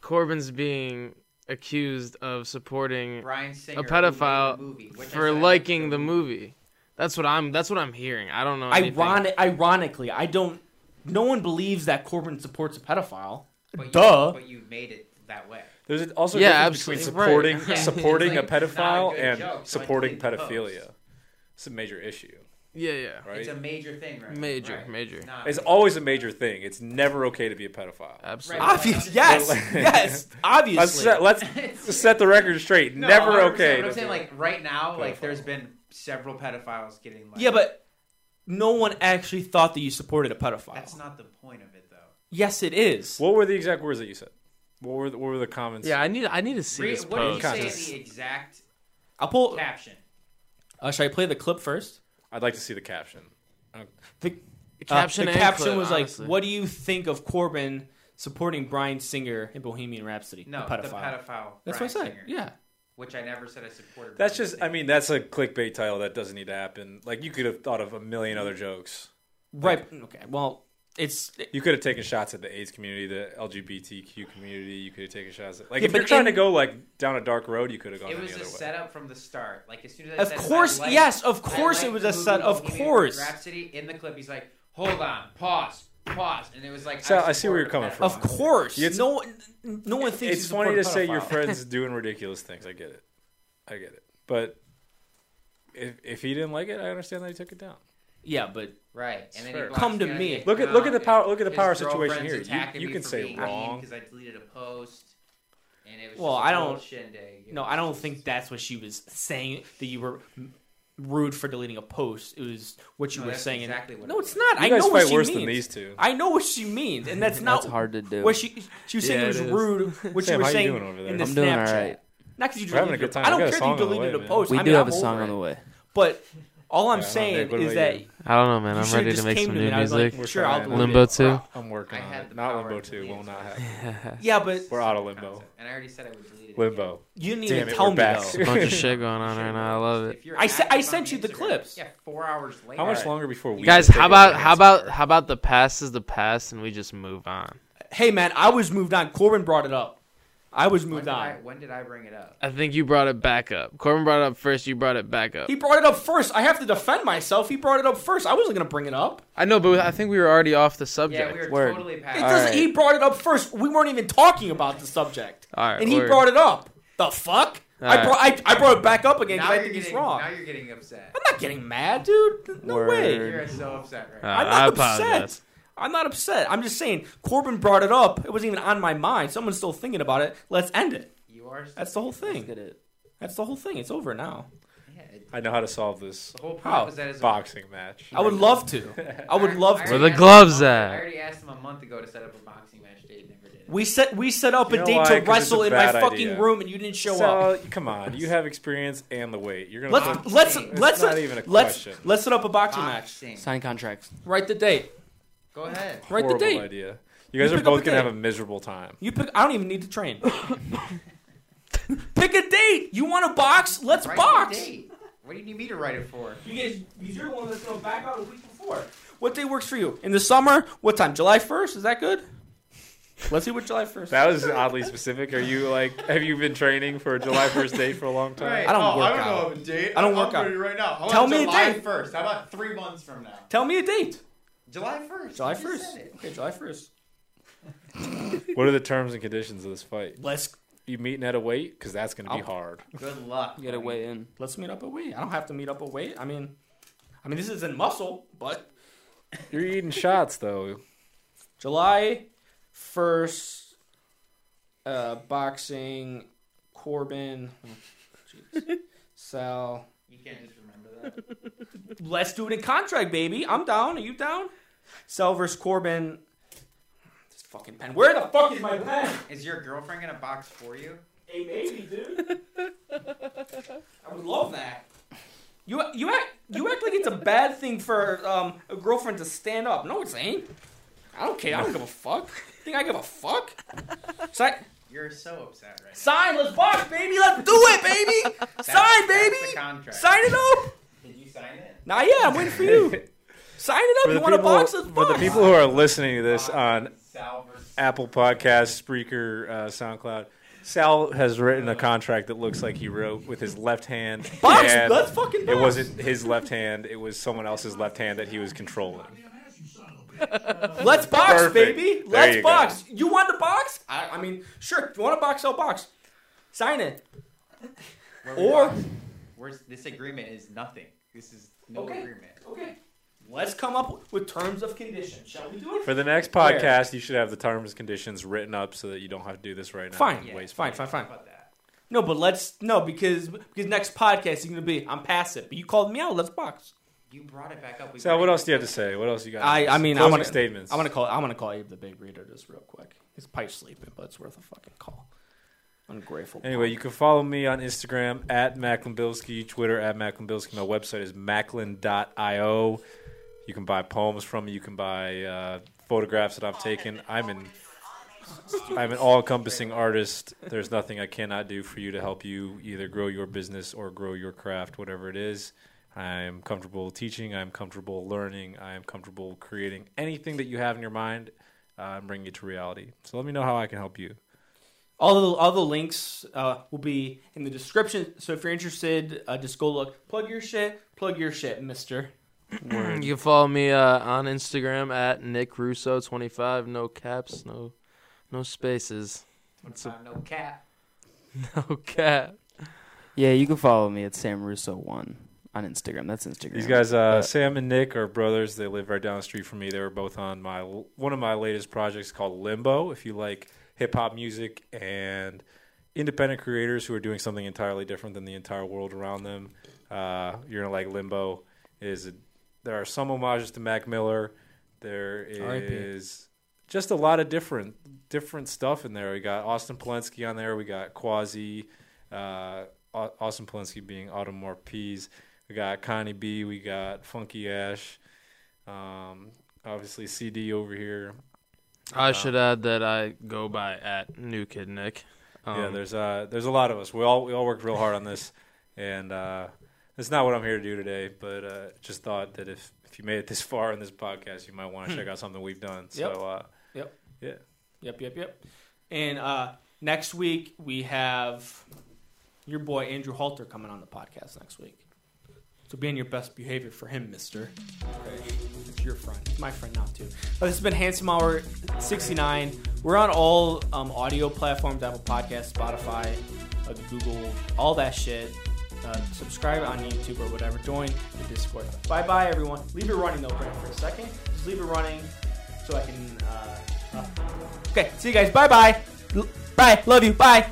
[SPEAKER 6] Corbin's being accused of supporting
[SPEAKER 4] Brian Singer
[SPEAKER 6] a pedophile
[SPEAKER 4] who made the movie, which I
[SPEAKER 6] for
[SPEAKER 4] said I
[SPEAKER 6] liking the movie. That's what I'm. That's what I'm hearing. I don't know. anything.
[SPEAKER 1] Ironic, ironically, I don't. No one believes that Corbin supports a pedophile.
[SPEAKER 4] But you-
[SPEAKER 1] Duh.
[SPEAKER 4] But you made it that way.
[SPEAKER 3] There's also a
[SPEAKER 6] Yeah,
[SPEAKER 3] difference between
[SPEAKER 6] absolutely.
[SPEAKER 3] supporting
[SPEAKER 6] Right.
[SPEAKER 4] Yeah,
[SPEAKER 3] supporting
[SPEAKER 4] it's
[SPEAKER 3] a
[SPEAKER 4] like not a
[SPEAKER 3] pedophile
[SPEAKER 4] good
[SPEAKER 3] and
[SPEAKER 4] joke, so I
[SPEAKER 3] supporting
[SPEAKER 4] deleted the
[SPEAKER 3] pedophilia.
[SPEAKER 4] post.
[SPEAKER 3] It's a major issue,
[SPEAKER 6] Yeah, yeah.
[SPEAKER 3] right?
[SPEAKER 4] It's
[SPEAKER 3] It's,
[SPEAKER 4] a major thing, right?
[SPEAKER 6] Major,
[SPEAKER 4] Right.
[SPEAKER 6] major.
[SPEAKER 4] Not-
[SPEAKER 3] always a major thing. It's never okay to be a pedophile.
[SPEAKER 6] Absolutely.
[SPEAKER 1] Obvious, yes, yes,
[SPEAKER 3] Let's
[SPEAKER 1] obviously.
[SPEAKER 3] set, let's set the record straight.
[SPEAKER 4] No,
[SPEAKER 3] never
[SPEAKER 4] 100%,
[SPEAKER 3] okay.
[SPEAKER 4] But I'm
[SPEAKER 3] to
[SPEAKER 4] saying,
[SPEAKER 3] be-
[SPEAKER 4] like right now, like
[SPEAKER 3] pedophile.
[SPEAKER 4] there's been several pedophiles getting. Like,
[SPEAKER 1] Yeah, but no one actually thought that you supported a pedophile.
[SPEAKER 4] that's not the point of it, though.
[SPEAKER 1] yes, it is.
[SPEAKER 3] what were the exact words that you said? What were the, what were the comments?
[SPEAKER 6] Yeah, I need. I need to see
[SPEAKER 4] Re-
[SPEAKER 6] this
[SPEAKER 4] what did you
[SPEAKER 6] post.
[SPEAKER 4] say
[SPEAKER 3] Conscious.
[SPEAKER 4] in the exact
[SPEAKER 1] I'll pull.
[SPEAKER 4] caption?
[SPEAKER 1] Uh, should I play the clip first?
[SPEAKER 3] I'd like to see the caption. Uh,
[SPEAKER 1] The
[SPEAKER 6] The caption
[SPEAKER 1] the
[SPEAKER 6] and
[SPEAKER 1] caption
[SPEAKER 6] clip,
[SPEAKER 1] was
[SPEAKER 6] honestly.
[SPEAKER 1] like, "What do you think of Corbin supporting Brian Singer in Bohemian Rhapsody?"
[SPEAKER 4] No,
[SPEAKER 1] the
[SPEAKER 4] the
[SPEAKER 1] pedophile.
[SPEAKER 4] pedophile.
[SPEAKER 1] That's
[SPEAKER 4] Bryan
[SPEAKER 1] what I said.
[SPEAKER 4] Singer,
[SPEAKER 1] Yeah,
[SPEAKER 4] Which I never said I supported.
[SPEAKER 3] That's
[SPEAKER 4] Bryan
[SPEAKER 3] just.
[SPEAKER 4] Singer.
[SPEAKER 3] I mean, that's a clickbait title that doesn't need to happen. Like you could have thought of a million other jokes.
[SPEAKER 1] right. Okay. Well, it's
[SPEAKER 3] You could have taken shots at the AIDS community, the LGBTQ community. You could have taken shots at like
[SPEAKER 1] Yeah,
[SPEAKER 3] if
[SPEAKER 1] but
[SPEAKER 3] you're trying to
[SPEAKER 1] in-
[SPEAKER 3] go like down a dark road, you could have gone
[SPEAKER 4] It
[SPEAKER 3] any
[SPEAKER 4] was
[SPEAKER 3] other
[SPEAKER 4] a
[SPEAKER 3] way.
[SPEAKER 4] setup from the start. Like as soon as I
[SPEAKER 1] Of
[SPEAKER 4] said,
[SPEAKER 1] course,
[SPEAKER 4] I like-
[SPEAKER 1] yes, of
[SPEAKER 4] I
[SPEAKER 1] course
[SPEAKER 4] like
[SPEAKER 1] it was
[SPEAKER 4] the
[SPEAKER 1] a
[SPEAKER 4] movie
[SPEAKER 1] set- of
[SPEAKER 4] Bohemian
[SPEAKER 1] course.
[SPEAKER 4] Rhapsody in the clip, he's like, "Hold on, pause, pause," and it was like,
[SPEAKER 3] So, I see where you're
[SPEAKER 4] support
[SPEAKER 3] coming
[SPEAKER 4] the
[SPEAKER 3] from.
[SPEAKER 1] of
[SPEAKER 4] pedophile.
[SPEAKER 1] course
[SPEAKER 3] It's-
[SPEAKER 1] no. one- No one thinks
[SPEAKER 3] It's
[SPEAKER 1] you
[SPEAKER 3] funny
[SPEAKER 1] support
[SPEAKER 3] to
[SPEAKER 1] a
[SPEAKER 3] say your
[SPEAKER 1] pedophile.
[SPEAKER 3] friend's doing ridiculous things. I get it. I get it. But if if he didn't like it, I understand that he took it down.
[SPEAKER 1] Yeah, but
[SPEAKER 4] Right, and then he
[SPEAKER 3] Sure.
[SPEAKER 4] blocks
[SPEAKER 1] Come to
[SPEAKER 4] on
[SPEAKER 1] me.
[SPEAKER 4] the
[SPEAKER 3] Look at- look at the
[SPEAKER 4] account,
[SPEAKER 3] power- look at the
[SPEAKER 4] his
[SPEAKER 3] power situation
[SPEAKER 4] girlfriend's
[SPEAKER 3] here. You-
[SPEAKER 4] attacking
[SPEAKER 3] you
[SPEAKER 4] me
[SPEAKER 3] can
[SPEAKER 4] for
[SPEAKER 3] say
[SPEAKER 4] being
[SPEAKER 3] wrong.
[SPEAKER 4] because I deleted a post, and it was
[SPEAKER 1] Well,
[SPEAKER 4] just a
[SPEAKER 1] I
[SPEAKER 4] whole
[SPEAKER 1] don't-
[SPEAKER 4] shindig. It
[SPEAKER 1] no,
[SPEAKER 4] was
[SPEAKER 1] I don't
[SPEAKER 4] just-
[SPEAKER 1] think that's what she was saying. That you were rude for deleting a post. It was what you
[SPEAKER 4] No,
[SPEAKER 1] were
[SPEAKER 4] that's
[SPEAKER 1] saying.
[SPEAKER 4] exactly what
[SPEAKER 1] no,
[SPEAKER 4] it
[SPEAKER 1] it's
[SPEAKER 4] was.
[SPEAKER 1] not.
[SPEAKER 3] You
[SPEAKER 1] I
[SPEAKER 3] guys
[SPEAKER 1] know
[SPEAKER 3] fight
[SPEAKER 1] what she
[SPEAKER 3] worse
[SPEAKER 1] means.
[SPEAKER 3] than these two.
[SPEAKER 1] I know what she means, and that's not
[SPEAKER 5] That's hard to do.
[SPEAKER 1] What she she was saying
[SPEAKER 6] Yeah,
[SPEAKER 1] it was
[SPEAKER 6] it is.
[SPEAKER 1] rude. What she
[SPEAKER 3] Sam,
[SPEAKER 1] was
[SPEAKER 3] how you
[SPEAKER 1] saying
[SPEAKER 3] doing over there?
[SPEAKER 1] in the
[SPEAKER 5] I'm
[SPEAKER 1] Snapchat.
[SPEAKER 5] doing all right.
[SPEAKER 1] Not because you
[SPEAKER 3] We're having a
[SPEAKER 1] deleted.
[SPEAKER 3] good time.
[SPEAKER 1] I don't
[SPEAKER 3] We got
[SPEAKER 1] care if you
[SPEAKER 3] a song on the
[SPEAKER 1] deleted
[SPEAKER 3] way,
[SPEAKER 1] a
[SPEAKER 3] man.
[SPEAKER 1] post.
[SPEAKER 5] we
[SPEAKER 1] I
[SPEAKER 5] do
[SPEAKER 1] mean,
[SPEAKER 5] have
[SPEAKER 1] I'm
[SPEAKER 5] a song
[SPEAKER 1] over
[SPEAKER 5] on the
[SPEAKER 1] it.
[SPEAKER 5] way.
[SPEAKER 1] But all I'm
[SPEAKER 3] Yeah,
[SPEAKER 1] saying
[SPEAKER 3] Nick, what
[SPEAKER 1] is
[SPEAKER 3] about
[SPEAKER 1] that
[SPEAKER 3] you?
[SPEAKER 6] I don't know, man.
[SPEAKER 1] you
[SPEAKER 6] I'm
[SPEAKER 1] should have
[SPEAKER 6] ready to
[SPEAKER 1] just
[SPEAKER 6] make
[SPEAKER 1] came
[SPEAKER 6] some
[SPEAKER 1] to me.
[SPEAKER 6] new
[SPEAKER 1] and I was
[SPEAKER 6] music.
[SPEAKER 1] like,
[SPEAKER 3] We're
[SPEAKER 1] sure, I'll
[SPEAKER 3] trying.
[SPEAKER 1] delete it.
[SPEAKER 6] Limbo too.
[SPEAKER 3] I'm working
[SPEAKER 4] I
[SPEAKER 3] on
[SPEAKER 4] had
[SPEAKER 3] it.
[SPEAKER 4] the
[SPEAKER 3] Not
[SPEAKER 4] power
[SPEAKER 3] limbo
[SPEAKER 4] to
[SPEAKER 3] two.
[SPEAKER 4] leave
[SPEAKER 3] Will
[SPEAKER 4] this
[SPEAKER 3] not happen.
[SPEAKER 1] Yeah, but
[SPEAKER 3] We're out of limbo.
[SPEAKER 4] Concept. And I already said I would delete it.
[SPEAKER 3] Limbo.
[SPEAKER 1] you didn't
[SPEAKER 3] Damn
[SPEAKER 1] even
[SPEAKER 3] it,
[SPEAKER 1] tell
[SPEAKER 3] we're
[SPEAKER 1] me
[SPEAKER 3] back.
[SPEAKER 1] though.
[SPEAKER 6] There's a bunch of shit going on right now. I love it.
[SPEAKER 4] If you're
[SPEAKER 1] I se- I
[SPEAKER 4] active
[SPEAKER 1] sent
[SPEAKER 4] on
[SPEAKER 1] you the
[SPEAKER 4] Instagram-
[SPEAKER 1] clips.
[SPEAKER 4] Yeah, four hours later.
[SPEAKER 3] How much
[SPEAKER 4] Alright.
[SPEAKER 3] longer before we
[SPEAKER 6] Guys,
[SPEAKER 3] take over
[SPEAKER 6] how about
[SPEAKER 3] the
[SPEAKER 6] how
[SPEAKER 3] answer?
[SPEAKER 6] about how about the past is the past and we just move on?
[SPEAKER 1] Hey man, I was moved on. Corbin brought it up. I was
[SPEAKER 4] When
[SPEAKER 1] moved
[SPEAKER 4] did, I,
[SPEAKER 1] on.
[SPEAKER 4] when did I bring it up?
[SPEAKER 6] I think you brought it back up. Corbin brought it up first. You brought it back up.
[SPEAKER 1] He brought it up first. I have to defend myself. He brought it up first. I wasn't gonna bring it up.
[SPEAKER 6] I know, but I think we were already off the
[SPEAKER 4] Yeah,
[SPEAKER 6] subject.
[SPEAKER 4] we were
[SPEAKER 5] Word.
[SPEAKER 4] totally
[SPEAKER 1] It
[SPEAKER 4] past.
[SPEAKER 1] doesn't.
[SPEAKER 5] right.
[SPEAKER 1] He brought it up first. We weren't even talking about the subject,
[SPEAKER 6] All right,
[SPEAKER 1] and he
[SPEAKER 6] word.
[SPEAKER 1] brought it up. The fuck! I
[SPEAKER 6] All
[SPEAKER 1] brought I, I brought it back up again
[SPEAKER 4] Now
[SPEAKER 1] because I
[SPEAKER 4] you're
[SPEAKER 1] think he's
[SPEAKER 4] getting-
[SPEAKER 1] wrong.
[SPEAKER 4] Now you're getting upset.
[SPEAKER 1] I'm not getting mad, dude. No way.
[SPEAKER 4] You're so upset right
[SPEAKER 6] Uh,
[SPEAKER 4] now.
[SPEAKER 1] I'm
[SPEAKER 6] I
[SPEAKER 1] not
[SPEAKER 6] apologize.
[SPEAKER 1] upset. I'm not upset. I'm just saying Corbin brought it up. It wasn't even on my mind. Someone's still thinking about it. Let's end it.
[SPEAKER 4] You are.
[SPEAKER 1] That's the whole
[SPEAKER 5] Let's get
[SPEAKER 1] thing.
[SPEAKER 5] it.
[SPEAKER 1] That's the whole thing. It's over now.
[SPEAKER 4] Yeah, it-
[SPEAKER 3] I know how to solve this
[SPEAKER 4] the whole point
[SPEAKER 1] How?
[SPEAKER 4] was that it's a-
[SPEAKER 3] boxing match.
[SPEAKER 1] I would love to. I would love
[SPEAKER 4] I
[SPEAKER 6] Where
[SPEAKER 1] to.
[SPEAKER 4] already asked him
[SPEAKER 6] the
[SPEAKER 4] a
[SPEAKER 6] gloves
[SPEAKER 4] month-
[SPEAKER 6] at?
[SPEAKER 4] I already asked him a month ago to set up a boxing match. Dave never did. it.
[SPEAKER 1] We set we set up
[SPEAKER 3] You
[SPEAKER 1] a
[SPEAKER 3] know
[SPEAKER 1] date
[SPEAKER 3] why? 'Cause
[SPEAKER 1] to
[SPEAKER 3] it's a
[SPEAKER 1] wrestle in my
[SPEAKER 3] bad
[SPEAKER 1] fucking
[SPEAKER 3] idea.
[SPEAKER 1] room, and you didn't show up.
[SPEAKER 3] So come on, you have experience and the weight. You're gonna.
[SPEAKER 1] Let's
[SPEAKER 4] Boxing.
[SPEAKER 1] let's
[SPEAKER 4] It's
[SPEAKER 1] let's
[SPEAKER 3] not even a
[SPEAKER 1] let's
[SPEAKER 3] question.
[SPEAKER 1] let's set up a boxing match.
[SPEAKER 4] Boxing.
[SPEAKER 5] Sign contracts.
[SPEAKER 1] Write the date.
[SPEAKER 4] Go ahead.
[SPEAKER 1] Write the
[SPEAKER 3] horrible
[SPEAKER 1] date.
[SPEAKER 3] idea. You guys
[SPEAKER 1] You pick
[SPEAKER 3] are
[SPEAKER 1] up
[SPEAKER 3] both
[SPEAKER 1] a
[SPEAKER 3] gonna
[SPEAKER 1] date.
[SPEAKER 3] have a miserable time.
[SPEAKER 1] You pick. I don't even need to train. pick a date. You want to box? Let's
[SPEAKER 4] Write the
[SPEAKER 1] box.
[SPEAKER 4] date. What do you need me to write it for?
[SPEAKER 1] You guys, you're the one that's going back out a week before. What day works for you? In the summer? What time? July 1st? Is that good? Let's see what July 1st.
[SPEAKER 3] That was oddly specific. Are you like? Have you been training for a July first date for a long time?
[SPEAKER 1] I don't
[SPEAKER 4] Oh,
[SPEAKER 1] work out.
[SPEAKER 4] of a date.
[SPEAKER 1] I don't work out.
[SPEAKER 4] ready right now. How
[SPEAKER 1] Tell me a date.
[SPEAKER 4] first. How about three months from now?
[SPEAKER 1] Tell me a date.
[SPEAKER 4] July first.
[SPEAKER 1] July 1st. Okay, July 1st.
[SPEAKER 3] What are the terms and conditions of this fight?
[SPEAKER 1] Let's
[SPEAKER 3] You meeting at a weight? Because that's gonna be
[SPEAKER 1] I'll-
[SPEAKER 3] hard.
[SPEAKER 4] Good luck.
[SPEAKER 5] You gotta
[SPEAKER 4] buddy.
[SPEAKER 5] weigh in.
[SPEAKER 1] let's meet up a weight. I don't have to meet up a weight. I mean, I mean this isn't muscle, but
[SPEAKER 3] You're eating shots though.
[SPEAKER 1] July 1st, uh, boxing, Corbin, oh, jeez, Sal.
[SPEAKER 4] You can't just remember that.
[SPEAKER 1] Let's do it in contract, baby. I'm down. Are you down? Sal versus Corbin. This fucking pen. Where the fuck is my pen?
[SPEAKER 4] Is your girlfriend gonna box for you?
[SPEAKER 1] Hey, maybe, dude. I would love that. You you act you act like it's a bad thing for um, a girlfriend to stand up. No, it ain't.
[SPEAKER 5] I don't care. I don't give a fuck. Think I give a fuck? Si-
[SPEAKER 4] You're so upset right now.
[SPEAKER 1] Sign, let's box, baby. Let's do it, baby. Sign, baby.
[SPEAKER 4] That's the contract.
[SPEAKER 1] Sign it up.
[SPEAKER 4] Did you sign it?
[SPEAKER 1] Nah, yeah, I'm waiting for you. Sign it
[SPEAKER 3] For
[SPEAKER 1] up.
[SPEAKER 3] the,
[SPEAKER 1] You want a
[SPEAKER 3] people,
[SPEAKER 1] box? Let's
[SPEAKER 3] for the
[SPEAKER 1] box.
[SPEAKER 3] people who are listening to this on
[SPEAKER 4] Salvers.
[SPEAKER 3] Apple Podcasts, Spreaker, uh, SoundCloud, Sal has written a contract that looks like he wrote with his left hand.
[SPEAKER 1] Box,
[SPEAKER 3] and
[SPEAKER 1] let's fucking
[SPEAKER 3] It
[SPEAKER 1] box.
[SPEAKER 3] wasn't his left hand. It was someone else's left hand that he was controlling.
[SPEAKER 1] Let's box,
[SPEAKER 3] Perfect.
[SPEAKER 1] baby.
[SPEAKER 3] There
[SPEAKER 1] Let's
[SPEAKER 3] you go.
[SPEAKER 1] box. You want the box? I, I mean, sure. If you want a box, I'll box. Sign it. Or
[SPEAKER 4] Where's, this agreement is nothing. This is no
[SPEAKER 1] Okay.
[SPEAKER 4] agreement.
[SPEAKER 1] okay, let's come up with terms of condition. Shall we do it?
[SPEAKER 3] For the next podcast, you should have the terms and conditions written up so that you don't have to do this right now.
[SPEAKER 1] Fine,
[SPEAKER 3] and waste
[SPEAKER 1] fine,
[SPEAKER 3] money.
[SPEAKER 1] fine,
[SPEAKER 4] How
[SPEAKER 1] fine.
[SPEAKER 4] about that?
[SPEAKER 1] No, but let's no because because next podcast is gonna be I'm passive, but you called me out. Let's box.
[SPEAKER 4] You brought it back up. We
[SPEAKER 3] Sal, what
[SPEAKER 4] already-
[SPEAKER 3] else do you have to say? What else you got?
[SPEAKER 1] I I mean I
[SPEAKER 3] Closing
[SPEAKER 1] want
[SPEAKER 3] statements.
[SPEAKER 1] I want to call I want to call Abe the big reader just real quick. His pipe's sleeping, but it's worth a fucking call. Ungrateful.
[SPEAKER 3] Anyway, you can follow me on Instagram at Macklinbilski, Twitter at Macklinbilski. My website is macklin.io. You can buy poems from me. You can buy uh, photographs that I've taken. I'm an I'm an all-encompassing artist. There's nothing I cannot do for you to help you either grow your business or grow your craft, whatever it is. I'm comfortable teaching. I'm comfortable learning. I am comfortable creating anything that you have in your mind. Uh, I'm bringing it to reality. So let me know how I can help you.
[SPEAKER 1] All the all the links uh, will be in the description. So if you're interested, uh, just go look. Plug your shit. Plug your shit, Mister.
[SPEAKER 6] You can follow me uh, on Instagram at Nick Russo twenty five. No caps, no, no spaces,
[SPEAKER 4] It's a, no cap.
[SPEAKER 6] no cap.
[SPEAKER 5] Yeah, you can follow me at Sam Russo one on Instagram. That's Instagram.
[SPEAKER 3] These guys, uh, Sam and Nick, are brothers. They live right down the street from me. They were both on my one of my latest projects called Limbo. If you like hip hop music and independent creators who are doing something entirely different than the entire world around them, uh, you're gonna like Limbo. It is a, there are some homages to Mac Miller. There
[SPEAKER 1] R.I.P..
[SPEAKER 3] is just a lot of different different stuff in there. We got Austin Polensky on there. We got Quasi, uh, Au- Austin Polensky being Autumn Peas. We got Connie B. We got Funky Ash. Um, obviously CD over here.
[SPEAKER 4] Oh.
[SPEAKER 6] I should add that I go by at New Kid Nick. Um,
[SPEAKER 3] yeah, there's uh, there's a lot of us. We all we all worked real hard on this, and uh, it's not what I'm here to do today. But uh, just thought that if if you made it this far in this podcast, you might want to check out something we've done. So
[SPEAKER 1] Yep.
[SPEAKER 3] uh,
[SPEAKER 1] Yep.
[SPEAKER 3] yeah.
[SPEAKER 1] Yep. Yep. Yep. And uh, next week we have your boy Andrew Halter coming on the podcast next week. So be on your best behavior for him, Mister. It's your friend, It's my friend now too. But this has been Handsome Hour 69. We're on all um, audio platforms: Apple Podcasts, Spotify, uh, Google, all that shit. Uh, subscribe on YouTube or whatever. Join the Discord. Bye bye, everyone. Leave it running though, Brent, for a second. Just leave it running so I can. Uh, uh. Okay, see you guys. Bye bye. Bye. Love you. Bye.